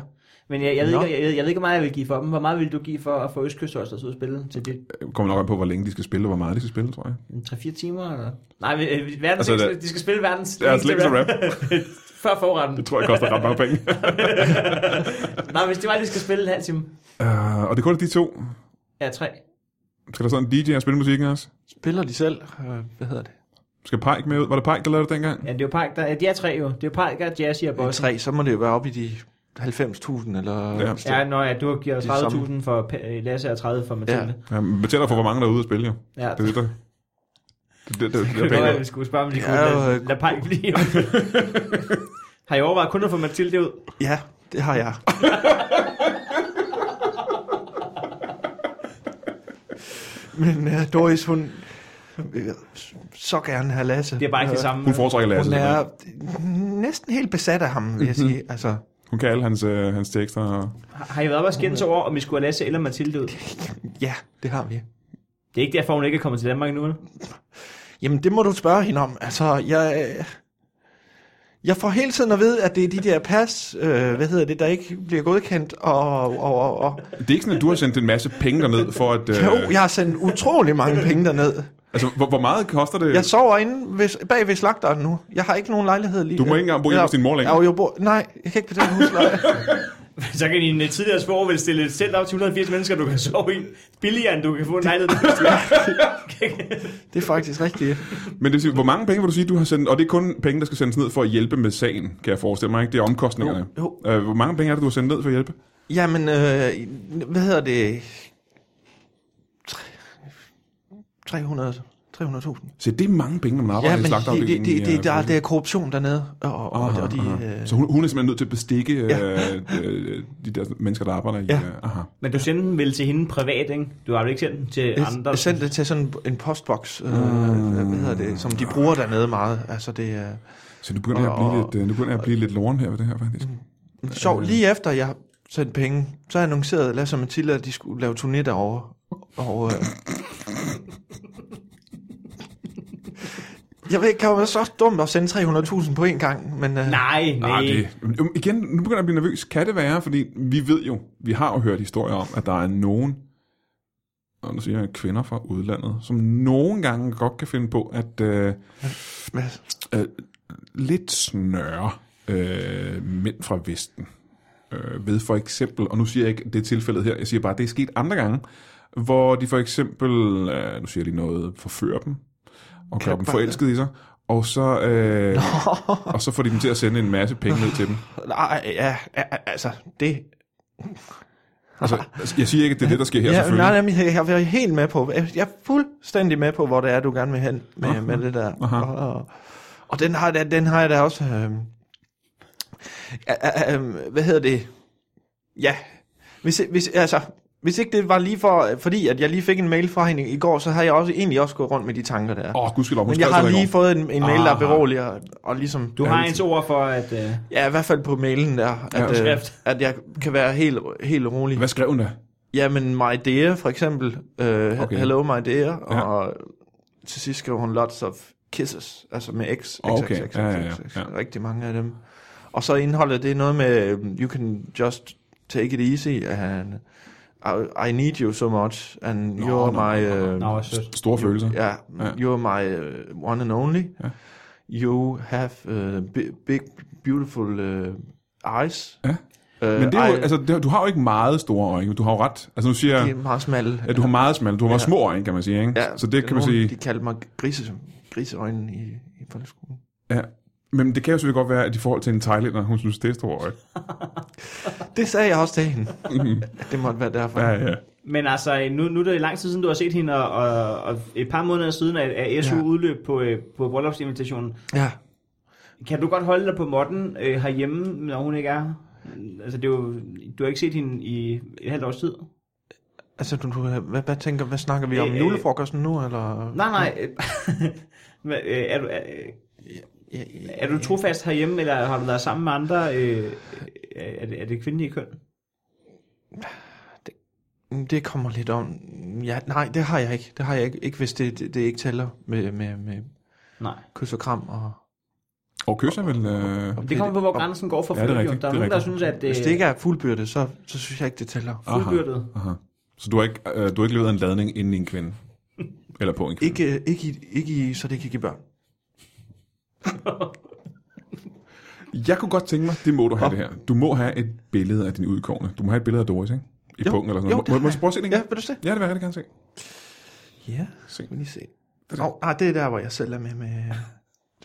S2: Men jeg, jeg, ved
S3: Nå.
S2: ikke, jeg, jeg ved ikke, hvor meget jeg vil give for dem. Hvor meget vil du give for at få Østkyst Hostlers ud at spille til dit
S1: Kommer nok an på, hvor længe de skal spille, og hvor meget de skal spille, tror jeg.
S2: En 3-4 timer, eller? Nej, øh, verdens
S1: Altså,
S2: altså,
S1: det-
S2: de skal spille verdens
S1: Ja,
S3: altså,
S1: længste
S2: Før forretten.
S1: Det tror jeg koster ret mange penge.
S2: Nej, hvis det var, at de skal spille en halv time.
S1: uh, og det er kun de to.
S2: Ja, tre.
S1: Skal der sådan en DJ og spille musikken også?
S3: Spiller de selv? Øh, hvad hedder det?
S1: Skal Pike med ud? Var det Pike, der lavede det dengang?
S2: Ja, det er jo Park, der... Ja, de er tre jo. Det er jo Park, der Jazzy og Boss.
S3: Tre, så må det jo være oppe i de 90.000 eller...
S1: Ja.
S2: Ja, nå ja, du giver
S3: De er
S2: 30.000 for P- øh, Lasse og 30 for Mathilde.
S1: Ja, men betaler for, hvor mange der er ude at spille, jo.
S2: Ja, ja
S1: Det er det, der... Det, det, det, det, det,
S2: det var,
S1: det,
S2: at vi skulle spørge, om de
S3: Ja,
S2: kunne lade,
S3: øh,
S2: lade Park blive. Har I overvejet kun at få Mathilde ud?
S3: ja, det har jeg. Men øh, Doris, hun vil så gerne have Lasse.
S2: Det er bare ikke det samme.
S1: hun foretrækker Lasse.
S3: Hun
S1: simpelthen.
S3: er næsten helt besat af ham, vil jeg sige. Altså,
S1: Hun kan alle hans, øh, hans tekster. Og...
S2: Har har I været op og skændes over, om I skulle have Lasse eller Mathilde ud?
S3: ja, det har vi.
S2: Det er ikke derfor, hun ikke er kommet til Danmark endnu, vel?
S3: Jamen, det må du spørge hende om. Altså, jeg... øh, Jeg får hele tiden at vide, at det er de der pas, øh, hvad hedder det, der ikke bliver godkendt, og, og, og, og.
S1: Det er ikke sådan, at du har sendt en masse penge derned for at... Øh,
S3: Jo, jeg har sendt utrolig mange penge derned.
S1: Altså, hvor, hvor meget koster det?
S3: Jeg sover inde ved, bag ved slagteren nu. Jeg har ikke nogen lejlighed lige
S1: Du må ikke engang bo hjemme hos din mor længere.
S3: Ja, jeg bor, nej, jeg kan ikke betale husleje.
S2: Så kan din øh, tidligere svore vel stille et telt op til 180 mennesker, du kan sove i, billigere end du kan få en lejlighed.
S3: det er faktisk rigtigt.
S1: Men det vil sige, hvor mange penge vil du sige, du har sendt? Og det er kun penge, der skal sendes ned for at hjælpe med sagen, kan jeg forestille mig. Ikke? Det er omkostningerne.
S3: Jo,
S1: Øh, hvor mange penge er det, du har sendt ned for at hjælpe?
S3: Jamen, øh, hvad hedder det? Tre- 300 300.000.
S1: Se, det er mange penge, når man arbejder i
S3: Ja, men det,
S1: slagterafdelingen.
S3: det, det,
S1: i,
S3: det,
S1: øh,
S3: der,
S1: Brugsen.
S3: der er korruption dernede, og, og,
S1: Aha,
S3: og de...
S1: aha.
S3: Øh,
S1: Så hun, hun er simpelthen nødt til at bestikke øh, øh, de der mennesker, der arbejder i...
S3: Ja.
S1: øh, aha.
S2: Men du sendte den vel til hende privat, ikke? Du har vel ikke sendt den til andre?
S3: jeg sendte det til sådan en postboks, øh,
S1: Ah.
S3: hvad hedder det, som de bruger dernede meget. Altså det er
S1: Så nu begynder jeg at blive,
S3: Og-
S1: lidt, øh, nu begynder jeg at blive lidt loren her ved det her, faktisk.
S3: øh, sjovt. Lige efter jeg sendte penge, så annoncerede Lasse og Mathilde, at de skulle lave turné derovre. Og, øh, jeg ved ikke, kan det være så dumt at sende 300.000 på én gang, men... Øh,
S2: Nej, nej.
S1: Ah, det, men igen, nu begynder jeg at blive nervøs. Kan det være, fordi vi ved jo, vi har jo hørt historier om, at der er nogen, og nu siger jeg kvinder fra udlandet, som nogle gange godt kan finde på at øh,
S3: Hvad?
S1: øh, lidt snøre øh, mænd fra Vesten. øh, ved for eksempel, og nu siger jeg ikke, det er tilfældet her, jeg siger bare, det er sket andre gange, hvor de for eksempel, øh, nu siger de noget, forfører dem, og gør dem
S3: Klapper.
S1: forelsket i sig, og så, øh, og så får de dem til at sende en masse penge ned til dem.
S3: Nej, ja, ja, altså, det...
S1: Altså, jeg siger ikke, at det er det, der sker her,
S3: Ja, nej,
S1: selvfølgelig.
S3: jamen, jeg, jeg er helt med på, jeg jeg er fuldstændig med på, hvor det er, du gerne vil hen med,
S1: Aha.
S3: med det der.
S1: Aha.
S3: Og, og, og den, har, jeg da- den har jeg da også, øh, øh, øh, hvad hedder det, ja, hvis, hvis, altså, hvis ikke det var lige for, fordi at jeg lige fik en mail fra hende i går, så havde jeg også egentlig også gået rundt med de tanker der.
S1: Åh, oh, gudskelov, hun
S3: Men jeg
S1: skrev
S3: har
S1: til dig i går.
S3: lige fået en, en mail, der
S1: Aha.
S3: er beroliger, og, og ligesom...
S2: Du har ens ord for, at... Øh,
S3: Ja, i hvert fald på mailen der,
S1: Ja.
S3: at, ja, øh,
S2: Skrift.
S3: at jeg kan være helt, helt rolig.
S1: Hvad skrev hun da?
S3: Jamen, My Dear for eksempel. Uh,
S1: Okay.
S3: okay. Hello, My Dear.
S1: Ja.
S3: Ja. Og til sidst skrev hun Lots of Kisses, altså med X, X,
S1: Okay.
S3: X, X, X,
S1: Ja, ja, ja.
S3: X, X,
S1: Ja.
S3: rigtig mange af dem. Og så indholdet, det er noget med, øhm, you can just take it easy, and I, I need you so much, and
S1: Nå, nå,
S3: you're my...
S1: nå, nå,
S3: øhm,
S2: Nå, hvor sødt.
S1: Store følelser.
S3: Ja,
S1: Ja.
S3: you're my uh, one and only.
S1: Ja.
S3: You have uh, bi- big, beautiful uh, eyes.
S1: Ja.
S3: Uh,
S1: Men det er jo,
S3: I-
S1: altså, det, du har jo ikke meget store øjne. Du har jo ret. Altså, nu siger
S3: de
S1: jeg,
S3: er meget smalle.
S1: at du har meget smalle. Du har meget
S3: Ja.
S1: små øjne, kan man sige. Ikke? så det kan man
S3: nogen,
S1: sige.
S3: De kaldte mig grise, griseøjnen i, i folkeskolen.
S1: Ja. Men det kan jo selvfølgelig godt være, at i forhold til en thailander, hun synes, det er store øjne.
S3: Det sagde jeg også til hende. at det måtte være derfor.
S1: Ja, ja.
S2: Men altså, nu, nu er det lang tid siden, du har set hende, og, og, og et par måneder siden er, er SU ja.
S3: Ja.
S2: udløb på, øh, på bryllupsinvitationen.
S3: ja.
S2: Kan du godt holde dig på modden øh, herhjemme, når hun ikke er her? Altså, det er jo, du har ikke set hende i et halvt års tid.
S3: Altså, du, du, hvad, hvad, tænker, hvad snakker vi om?
S2: Øh, øh,
S3: Julefrokosten nu, eller?
S2: Nej, nej. øh, Hvad, øh, er, du, er,
S3: Ja, ja.
S2: er du trofast herhjemme, eller har du været sammen med andre? Øh, er, det, er det kvindelige køn?
S3: Mm, Det kommer lidt om. Ja, nej, det har jeg ikke. Det har jeg ikke, ikke hvis det, det, det ikke tæller med, med, med
S2: Nej.
S3: kys og kram. Og,
S1: Og kysser vel... Øh...
S2: Det kommer på, hvor grænsen går for
S1: Ja, det er
S2: fuldbyrdet.
S1: rigtigt,
S2: Der er
S1: det er
S2: nogen, der
S1: rigtigt.
S2: synes, at
S3: hvis
S2: det,
S3: det ikke er fuldbyrdet, så, så synes jeg ikke, det tæller.
S2: fuldbyrdet.
S1: Aha. Så du har ikke, øh, du har ikke leveret en ladning inden i en kvinde? Eller på en kvinde?
S3: Ikke, øh, ikke, i, ikke i, så det kan give børn.
S1: Jeg kunne godt tænke mig, det må du have det her. Du må have et billede af din udkårne. Du må have et billede af Doris, ikke? I
S3: Jo,
S1: punkten eller sådan
S3: jo,
S1: noget.
S3: det
S1: Må, må,
S3: har
S1: jeg prøve at se det en
S3: Ja,
S1: gang?
S3: vil du se?
S1: Ja, det vil jeg rigtig gerne se.
S3: Ja,
S1: Se.
S3: se. Kan lige se.
S1: Det
S3: Det
S1: der.
S3: der. Oh, ah, det er der, hvor jeg selv er med. med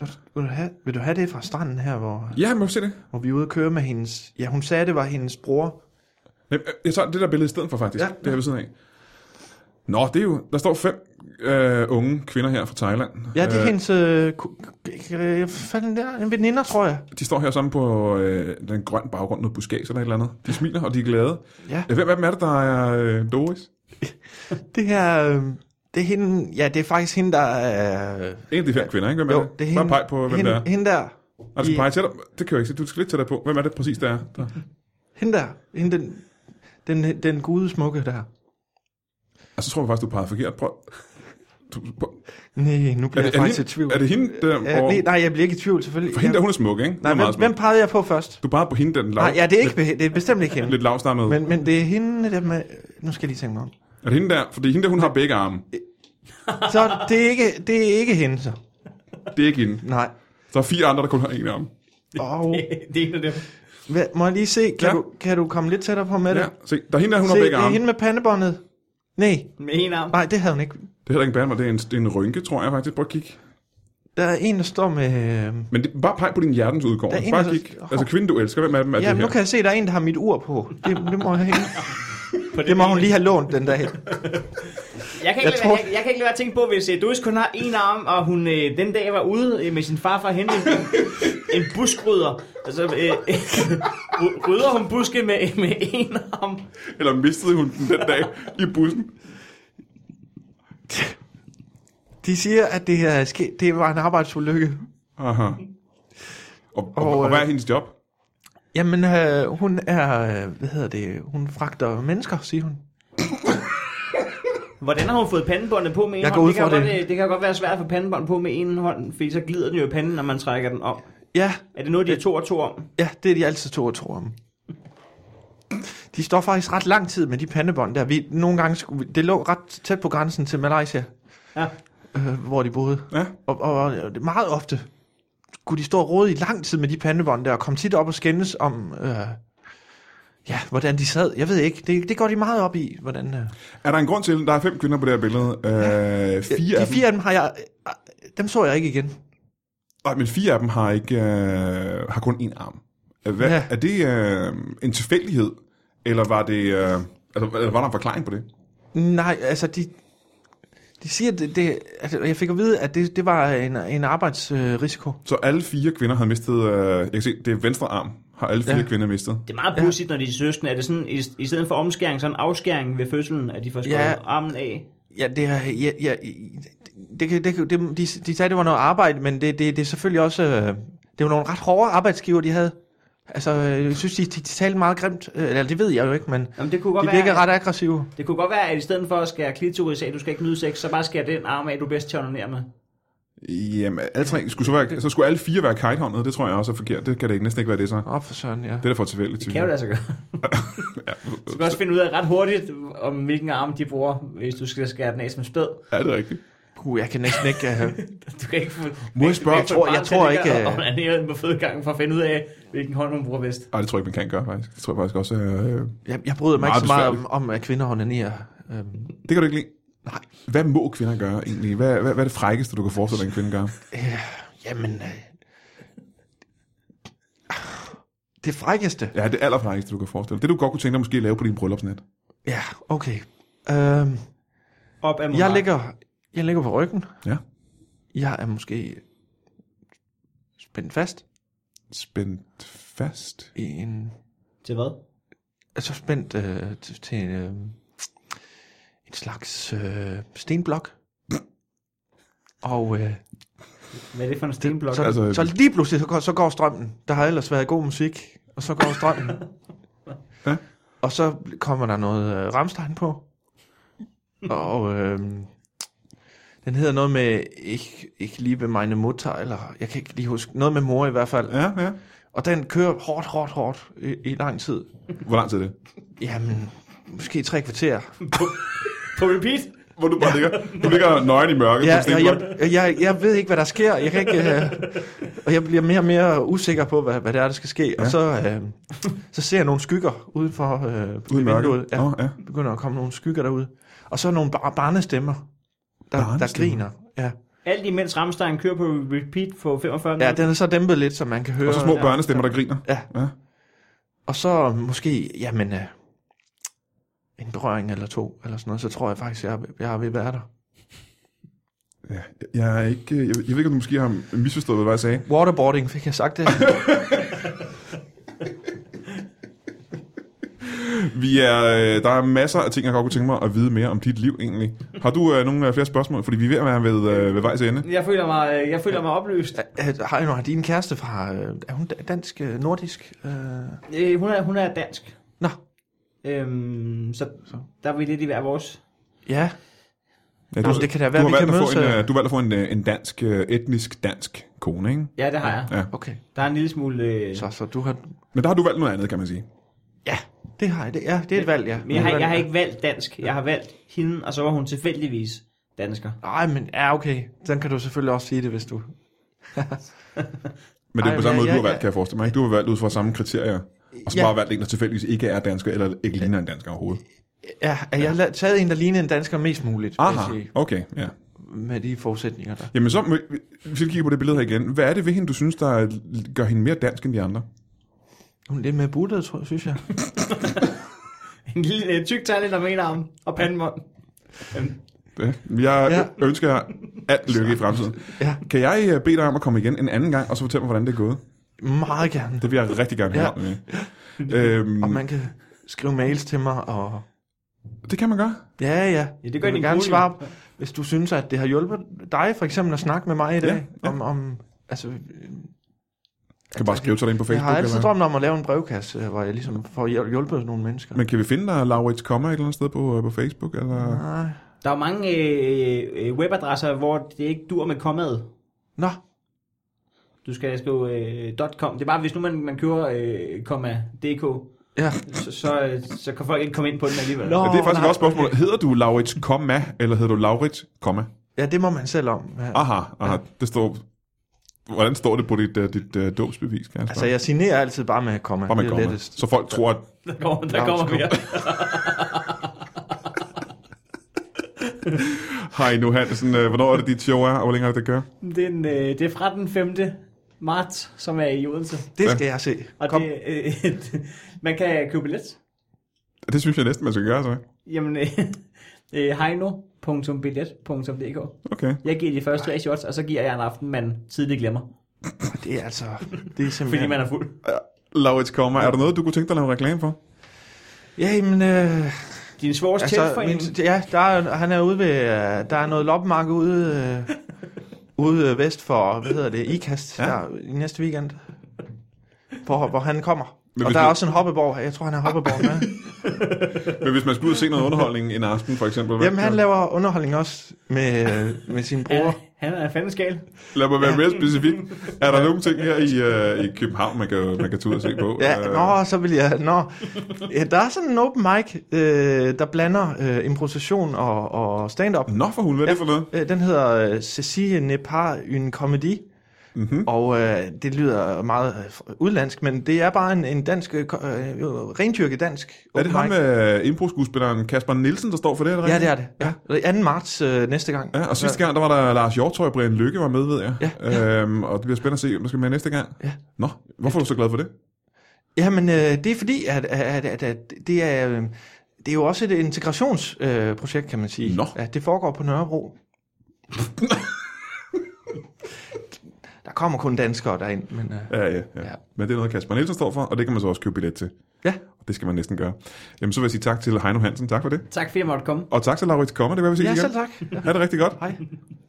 S3: Der- vil, du have, vil du have det fra stranden her, hvor,
S1: Ja, må du se det?
S3: hvor vi er ude at køre med hendes... Ja, hun sagde, det var hendes bror.
S1: Jamen, øh, Jeg tager det der billede i stedet for, faktisk. Ja.
S3: Ja.
S1: Det er ved siden af. Nå, det er jo... Der står fem øh, unge kvinder her fra Thailand.
S3: Ja, det er
S1: Øh,
S3: hendes... Øh, ku- øh, hvad fanden der? En veninder, tror jeg.
S1: De står her sammen på øh, den grønne baggrund, noget buskage eller et eller andet. De smiler, og de er glade.
S3: Ja,
S1: Ja, Hvem af dem er det, der er øh, Doris?
S3: det her... Øh, det er hende... Ja, det er faktisk hende, der er... Øh,
S1: En af de fem kvinder, ikke? Hvem
S3: jo,
S1: er det? Bare peg på, hvem
S3: hende,
S1: det er.
S3: Hende der.
S1: Og du skal
S3: i-
S1: pege til dig. Det kan jeg ikke se. Du skal lidt tættere på. Hvem er det præcis, der er? Der.
S3: Hende der. Hende den... Den, den gude smukke der.
S1: Og Altså, så tror jeg faktisk, du pegede forkert. Prøv. Du, prøv.
S3: Nej, nu
S1: Er,
S3: bliver
S1: det,
S3: jeg
S1: er,
S3: faktisk i
S1: hende,
S3: tvivl.
S1: er det hende, der...
S3: Ja,
S1: hvor,
S3: nej, nej, jeg bliver ikke i tvivl, selvfølgelig.
S1: for hende der,
S3: jeg,
S1: hun er smuk, ikke? Hun
S3: nej,
S1: er meget
S3: hvem,
S1: smuk.
S3: hvem pegede jeg på først?
S1: Du pegede på hende, der er den lav,
S3: Nej, ja, det er, ikke, behe- det er bestemt ikke hende.
S1: lidt lavstammede.
S3: Men, men det er hende, der med... Nu skal jeg lige tænke mig om.
S1: Er det hende der? Fordi hende der, hun har begge arme.
S3: Så det er ikke, det er ikke hende, så.
S1: Det er ikke hende.
S3: Nej.
S1: Der er fire andre, der kun har en arm.
S3: Og,
S2: det er en af dem.
S3: hvad, må jeg lige se, kan,
S1: Ja.
S3: ja. du, kan du komme lidt tættere på med det?
S1: Ja, se. Der er hende der, hun har
S3: se, det
S1: begge
S3: er
S1: arme.
S3: hende med pandebåndet. Nej,
S2: Med en arm.
S3: nej, det havde hun ikke.
S1: Det er heller ikke en bandmer, det er en, det er en rynke, tror jeg faktisk. Prøv at kigge.
S3: Der er en, der står med... Øh,
S1: Men det, bare peg på din hjertens udgård.
S3: Der er en,
S1: Bare
S3: der-
S1: kig. Altså kvinden, du elsker, hvem af dem er
S3: ja,
S1: det her?
S3: nu kan jeg se, der er en, der har mit ur på. Det, det må jeg have. det må hun lige have lånt den dag.
S2: Jeg kan, ikke
S3: Jeg
S2: lade,
S3: tror-
S2: jeg, jeg kan ikke lade være at tænke på, hvis uh, Doris kun har en arm, og hun øh, den dag var ude øh, med sin far for at hente en, en buskrydder. Altså, øh, øh, ry- rydder hun buske med, med en arm.
S1: Eller mistede hun den den dag i bussen?
S3: De siger, at det, er ske, det var en arbejdsulykke.
S1: Aha. Og, og, og,
S3: Og,
S1: og hvad er
S3: øh,
S1: hendes job?
S3: Jamen, øh, hun er... Øh, hvad hedder det? Hun fragter mennesker, siger hun.
S2: Hvordan har hun fået pandebåndet på med en
S3: Jeg
S2: hånd?
S3: går ud
S2: det, kan
S3: fra
S2: godt,
S3: det.
S2: øh, det kan godt være svært at få pandebånd på med en hånd, fordi så glider den jo i panden, når man trækker den om.
S3: Ja,
S2: Er det noget, de er to og to om?
S3: Ja, det er de altid to og to om. De står faktisk ret lang tid med de pandebånd der. Vi, nogle gange skulle, vi- det lå ret tæt på grænsen til Malaysia,
S2: Ja.
S3: øh, hvor de boede.
S1: Ja.
S3: Og, og, og det- meget ofte skulle de stå og rode i lang tid med de pandebånd der, og kom tit op og skændes om, øh, ja, hvordan de sad. Jeg ved ikke. Det, det går de meget op i, hvordan... Øh,
S1: Er der en grund til, at der er fem kvinder på det her billede? Øh, fire
S3: de
S1: af dem,
S3: fire af dem har jeg... øh, Dem så jeg ikke igen.
S1: nej, men fire af dem har, ikke, øh, har kun én arm. Øh, Hvad,
S3: Ja.
S1: Er det øh, en tilfældighed, eller var det... Øh, altså, eller var der en forklaring på det?
S3: Nej, altså de, de siger, det, det, altså, jeg fik at vide, at det, det var en, en arbejdsrisiko.
S1: Så alle fire kvinder har mistet... Øh, jeg kan se, det er venstre arm, har alle fire ja.
S3: Ja.
S1: kvinder mistet.
S2: Det er meget pudsigt, når de er søskende. Er det sådan, i, i stedet for omskæring, så en afskæring ved fødslen, at de får skåret
S3: Ja.
S2: armen af?
S3: Ja, det er, ja, ja, det, kan- det, kan- det, de, de sagde, det var noget arbejde, men det, det, det er selvfølgelig også, øh, det var nogle ret hårde arbejdsgiver, de havde. Altså, øh, jeg synes, de, de, de talte meget grimt, øh, eller det ved jeg jo ikke, men
S2: Jamen, det kunne godt
S3: de
S2: være,
S3: virker ret aggressive.
S2: Det kunne godt være, at i stedet for at skære klitoris af, du skal ikke nyde sex, så bare skære den arm af, du bedst til at onanere med.
S1: Jamen, alle tre, skulle så, være, så skulle alle fire være kitehåndede, det tror jeg også er forkert. Det kan det ikke, næsten ikke være det så.
S3: Åh, oh, for søren, ja.
S1: Det er da for tilfældigt.
S2: Kan
S3: Mhm.
S2: du det altså gøre? Du skal også finde ud af ret hurtigt, om hvilken arm de bruger, hvis du skal skære den af som spæd.
S1: Ja, det er rigtigt.
S3: Uh, jeg kan næsten ikke... Uh,
S2: Du kan ikke få...
S1: Må jeg spørge?
S3: Jeg tror- jeg tror ikke,
S2: Og
S3: øh,
S2: onanere den på fødegangen for at finde ud af, hvilken hånd man bruger bedst.
S1: Ej, det tror jeg ikke, man kan gøre, faktisk. Det tror jeg faktisk også er... Øh,
S3: jeg, jeg bryder mig ikke
S1: Meget
S3: så meget om,
S1: besværligt.
S3: om at kvinder onanerer. Øhm,
S1: det kan du ikke lide. Nej. Hvad må kvinder gøre egentlig? Hvad, hvad, hvad er det frækkeste, du kan forestille dig, en kvinde gør?
S3: øh, jamen... Øh, det frækkeste.
S1: Ja, det allerfrækkeste, du kan forestille dig. Det, du godt kunne tænke dig måske at lave på din bryllupsnat.
S3: Ja, okay.
S2: Op
S3: Øhm,
S2: ad
S3: jeg,
S2: monarken.
S3: ligger, jeg ligger på ryggen.
S1: Ja.
S3: Jeg er måske spændt fast
S1: Spændt fast.
S3: i en...
S2: Til hvad?
S3: Altså spændt øh, t- til en, øh, en slags øh, stenblok. Og øh,
S2: Hvad er det for en stenblok?
S3: så,
S1: Altså-
S3: altså, så lige pludselig, så går, så går strømmen. Der har ellers været god musik, og så går strømmen.
S1: Ja.
S3: Og så kommer der noget øh, Ramstein på. Og øh, den hedder noget med, ikke, ikke liebe meine Mutter, eller jeg kan ikke lige huske, noget med mor i hvert fald.
S1: Ja, ja.
S3: Og den kører hårdt, hårdt, hårdt i, i lang tid.
S1: Hvor lang tid er det?
S3: Jamen, måske tre kvarter.
S2: På repeat?
S1: Hvor du bare ligger, du ligger nøgen i mørket
S3: Ja,
S1: på
S3: jeg,
S1: en jeg...
S3: jeg, jeg, jeg ved ikke, hvad der sker. Jeg kan ikke, øh, og jeg bliver mere og mere usikker på, hvad, hvad det er, der skal ske. Ja. Og så, øh, så ser jeg nogle skygger ude for øh,
S1: Ude i mørket.
S3: vinduet. Ja,
S1: Åh, ja.
S3: begynder at komme nogle skygger derude. Og så nogle bar- barnestemmer, der,
S1: Barnestemmer?
S3: der griner. Ja.
S2: Alt imens Ramstein kører på repeat på 45
S3: ja, den er så dæmpet lidt, så man kan høre.
S1: Og så små børnestemmer, der griner.
S3: Ja.
S1: ja.
S3: Og så måske, jamen, øh, en berøring eller to, eller sådan noget, så tror jeg faktisk, jeg, er- jeg er ved at være der.
S1: Ja, jeg, er ikke, jeg, ved- jeg ved ikke, om du måske har misforstået, hvad jeg sagde.
S3: Waterboarding, fik jeg sagt det?
S1: Vi er, øh, der er masser af ting, jeg godt kunne tænke mig at vide mere om dit liv egentlig. Har du øh, nogle øh, flere spørgsmål? Fordi vi er ved at være ved, øh, ved vejs ende.
S2: Jeg føler mig, jeg føler mig opløst.
S3: Øh, Har har din kæreste fra, øh, er hun da- dansk, øh, nordisk? Øh,
S2: Øh, hun, er, hun er dansk.
S3: nå,
S2: Øhm, så, der er vi lidt i hver vores.
S3: ja.
S1: Ja,
S3: Nå, men det kan da være,
S1: du har
S3: vi kan
S1: valgt at få
S3: mødes,
S1: En,
S3: øh.
S1: øh, du har valgt at få en, øh, en dansk, øh, etnisk dansk kone, ikke?
S2: Ja, det har jeg.
S1: Ja.
S3: Okay,
S2: Der er en lille smule... Øh,
S3: så, så du har...
S1: Men der har du valgt noget andet, kan man sige.
S3: Ja, det har jeg. Det, ja, det er et valg, ja.
S2: men jeg har, jeg har ikke valgt dansk. Jeg har valgt hende, og så var hun tilfældigvis dansker.
S3: Nej, men ja, okay. Sådan kan du selvfølgelig også sige det, hvis du...
S1: Men det er
S3: Ej,
S1: på samme måde,
S3: ja,
S1: du
S3: ja,
S1: har valgt,
S3: ja.
S1: kan jeg forestille mig. Ikke? Du har valgt ud fra samme kriterier. Og så
S3: Ja.
S1: bare valgt en, der tilfældigvis ikke er dansker, eller ikke ligner en dansker overhovedet.
S3: Ja, at jeg har la- taget en, der ligner en dansker mest muligt, vil jeg
S1: Aha,
S3: sige,
S1: okay. Ja.
S3: med de forudsætninger der.
S1: Jamen så, hvis vi kigger på det billede her igen. Hvad er det ved hende, du synes, der gør hende mere dansk end de andre?
S3: Hun er lidt mere buttet, tror jeg, synes jeg.
S2: En lille øh, tyk talenter med en arm og pandemond. Øhm,
S1: Det. Jeg ja.
S3: Ja.
S1: ønsker jer alt lykke i fremtiden.
S3: Ja,
S1: Kan jeg øh, bede dig om at komme igen en anden gang, og så fortælle mig, hvordan det er gået?
S3: meget gerne.
S1: Det vil jeg rigtig gerne høre. Ja. Øhm,
S3: Og man kan skrive mails til mig, og...
S1: det kan man gøre.
S3: Ja, ja.
S2: Ja, det gør
S3: Jeg vil
S2: din
S3: gerne
S2: kone jo.
S3: svare, på, hvis du synes, at det har hjulpet dig, for eksempel at snakke med mig i dag,
S1: Ja, ja.
S3: om... om altså, øh,
S1: Du kan bare skrive til dig ind på
S3: jeg
S1: Facebook.
S3: har altid
S1: eller-
S3: drømt om at lave en brevkasse, øh, hvor jeg ligesom får hjæl- hjulpet nogle mennesker.
S1: Men kan vi finde dig, Laurits Kommer, et eller andet sted på, øh, på Facebook? Eller?
S3: Nej.
S2: Der er jo mange øh, øh, webadresser, hvor det ikke dur med kommaet.
S3: Nå,
S2: Du skal skrive øh, .com. Det er bare, hvis nu man, man kører øh, komma .dk,
S3: ja.
S2: så, så, øh, så kan folk ikke komme ind på den alligevel.
S3: Nå.
S1: Ja, det er faktisk
S3: nej.
S1: også spørgsmålet. Hedder du Laurits Komma, eller hedder du Laurits Komma? Ah.
S3: Ja, det må man selv om. Ja.
S1: Aha, aha, det står Hvordan står det på dit, uh, dit uh, dåbsbevis? Kan jeg
S3: Altså,
S1: altså,
S3: jeg signerer altid bare med komma.
S1: bare med
S3: det er
S1: komma.
S3: lettest.
S1: Så folk tror, at
S2: Der kommer, der
S3: Nå,
S2: kommer
S3: skål.
S2: mere.
S1: Heino Hansen, uh, hvornår er det dit show er, og hvor længe har det kørt?
S2: Det er, en, øh, det er fra den 5. marts, som er i Odense.
S3: Det skal jeg se.
S2: Og
S3: Kom.
S2: det, øh, man kan købe billet.
S1: Det synes jeg næsten, man skal gøre, så.
S2: Jamen, øh, øh, heino.billet.dk
S1: Okay.
S2: Jeg giver de første tre shots, og så giver jeg en aften, man tidligt glemmer.
S3: Det er altså... Det er simpelthen...
S2: Fordi man er fuld.
S1: Laurits Kommer, er der noget, du kunne tænke dig at lave reklame for?
S3: Ja, men... Øh,
S2: Din svores altså,
S3: altså,
S2: tætforening.
S3: min, ja, der er, han er ude ved... øh, Der er noget loppemarked ude... Øh, ude øh, vest for, hvad hedder det, Ikast, ja. der, i næste weekend, hvor, hvor han kommer.
S1: Men
S3: og
S1: hvis
S3: der er
S1: du-
S3: også en hoppeborg, jeg tror, han er hoppeborg med.
S1: Men hvis man skulle ud og se noget underholdning en aften, for eksempel. hvad-
S3: Jamen, han laver underholdning også med, øh, med sin bror.
S2: Ja, han er fandens gal.
S1: Lad mig være mere specifik. Er der nogle ting her i, uh, i København, man kan, man kan tage ud og se på?
S3: Ja,
S1: Øh,
S3: nå, så vil jeg... Nå. Ja, der er sådan en open mic, øh, der blander øh, improvisation og, og stand-up.
S1: Nå for hun, hvad er det for noget?
S3: Øh, den hedder øh, Cécile Nepar en komedi.
S1: Mhm.
S3: Mm-hmm. Og øh, det lyder meget øh, udlandsk, men det er bare en, en dansk, øh, ko- øh, rendyrket dansk
S1: Er det
S3: open
S1: ham
S3: mic.
S1: med impro-skuespilleren Kasper Nielsen, der står for det? Eller?
S3: Ja, det er det. Ja. Det er 2. marts øh, næste gang.
S1: Ja, og sidste gang, der var der Lars Hjortøj og Brian Lykke var med, ved jeg.
S3: Ja,
S1: Øhm, og det bliver spændende at se, om der skal med næste gang.
S3: Ja.
S1: Nå, hvorfor er du så glad for det?
S3: Jamen, øh, det er fordi, at, at, at, at det, er, øh, det er jo også et integrationsprojekt, øh, projekt, kan man sige.
S1: Nå.
S3: Ja, det foregår på Nørrebro. der kommer kun danskere derind, men... Øh,
S1: Ja, ja, ja.
S3: Ja.
S1: Men det er noget, Kasper Nielsen står for, og det kan man så også købe billet til.
S3: ja,
S1: Og det skal man næsten gøre. Jamen, så vil jeg sige tak til Heino Hansen. Tak for det.
S2: Tak fordi jeg måtte komme.
S1: Og tak til Laurits Kommer. Det var vi ses
S3: ja
S1: igen.
S3: selv tak. Ja.
S1: Ha' det rigtig godt.
S3: Hej.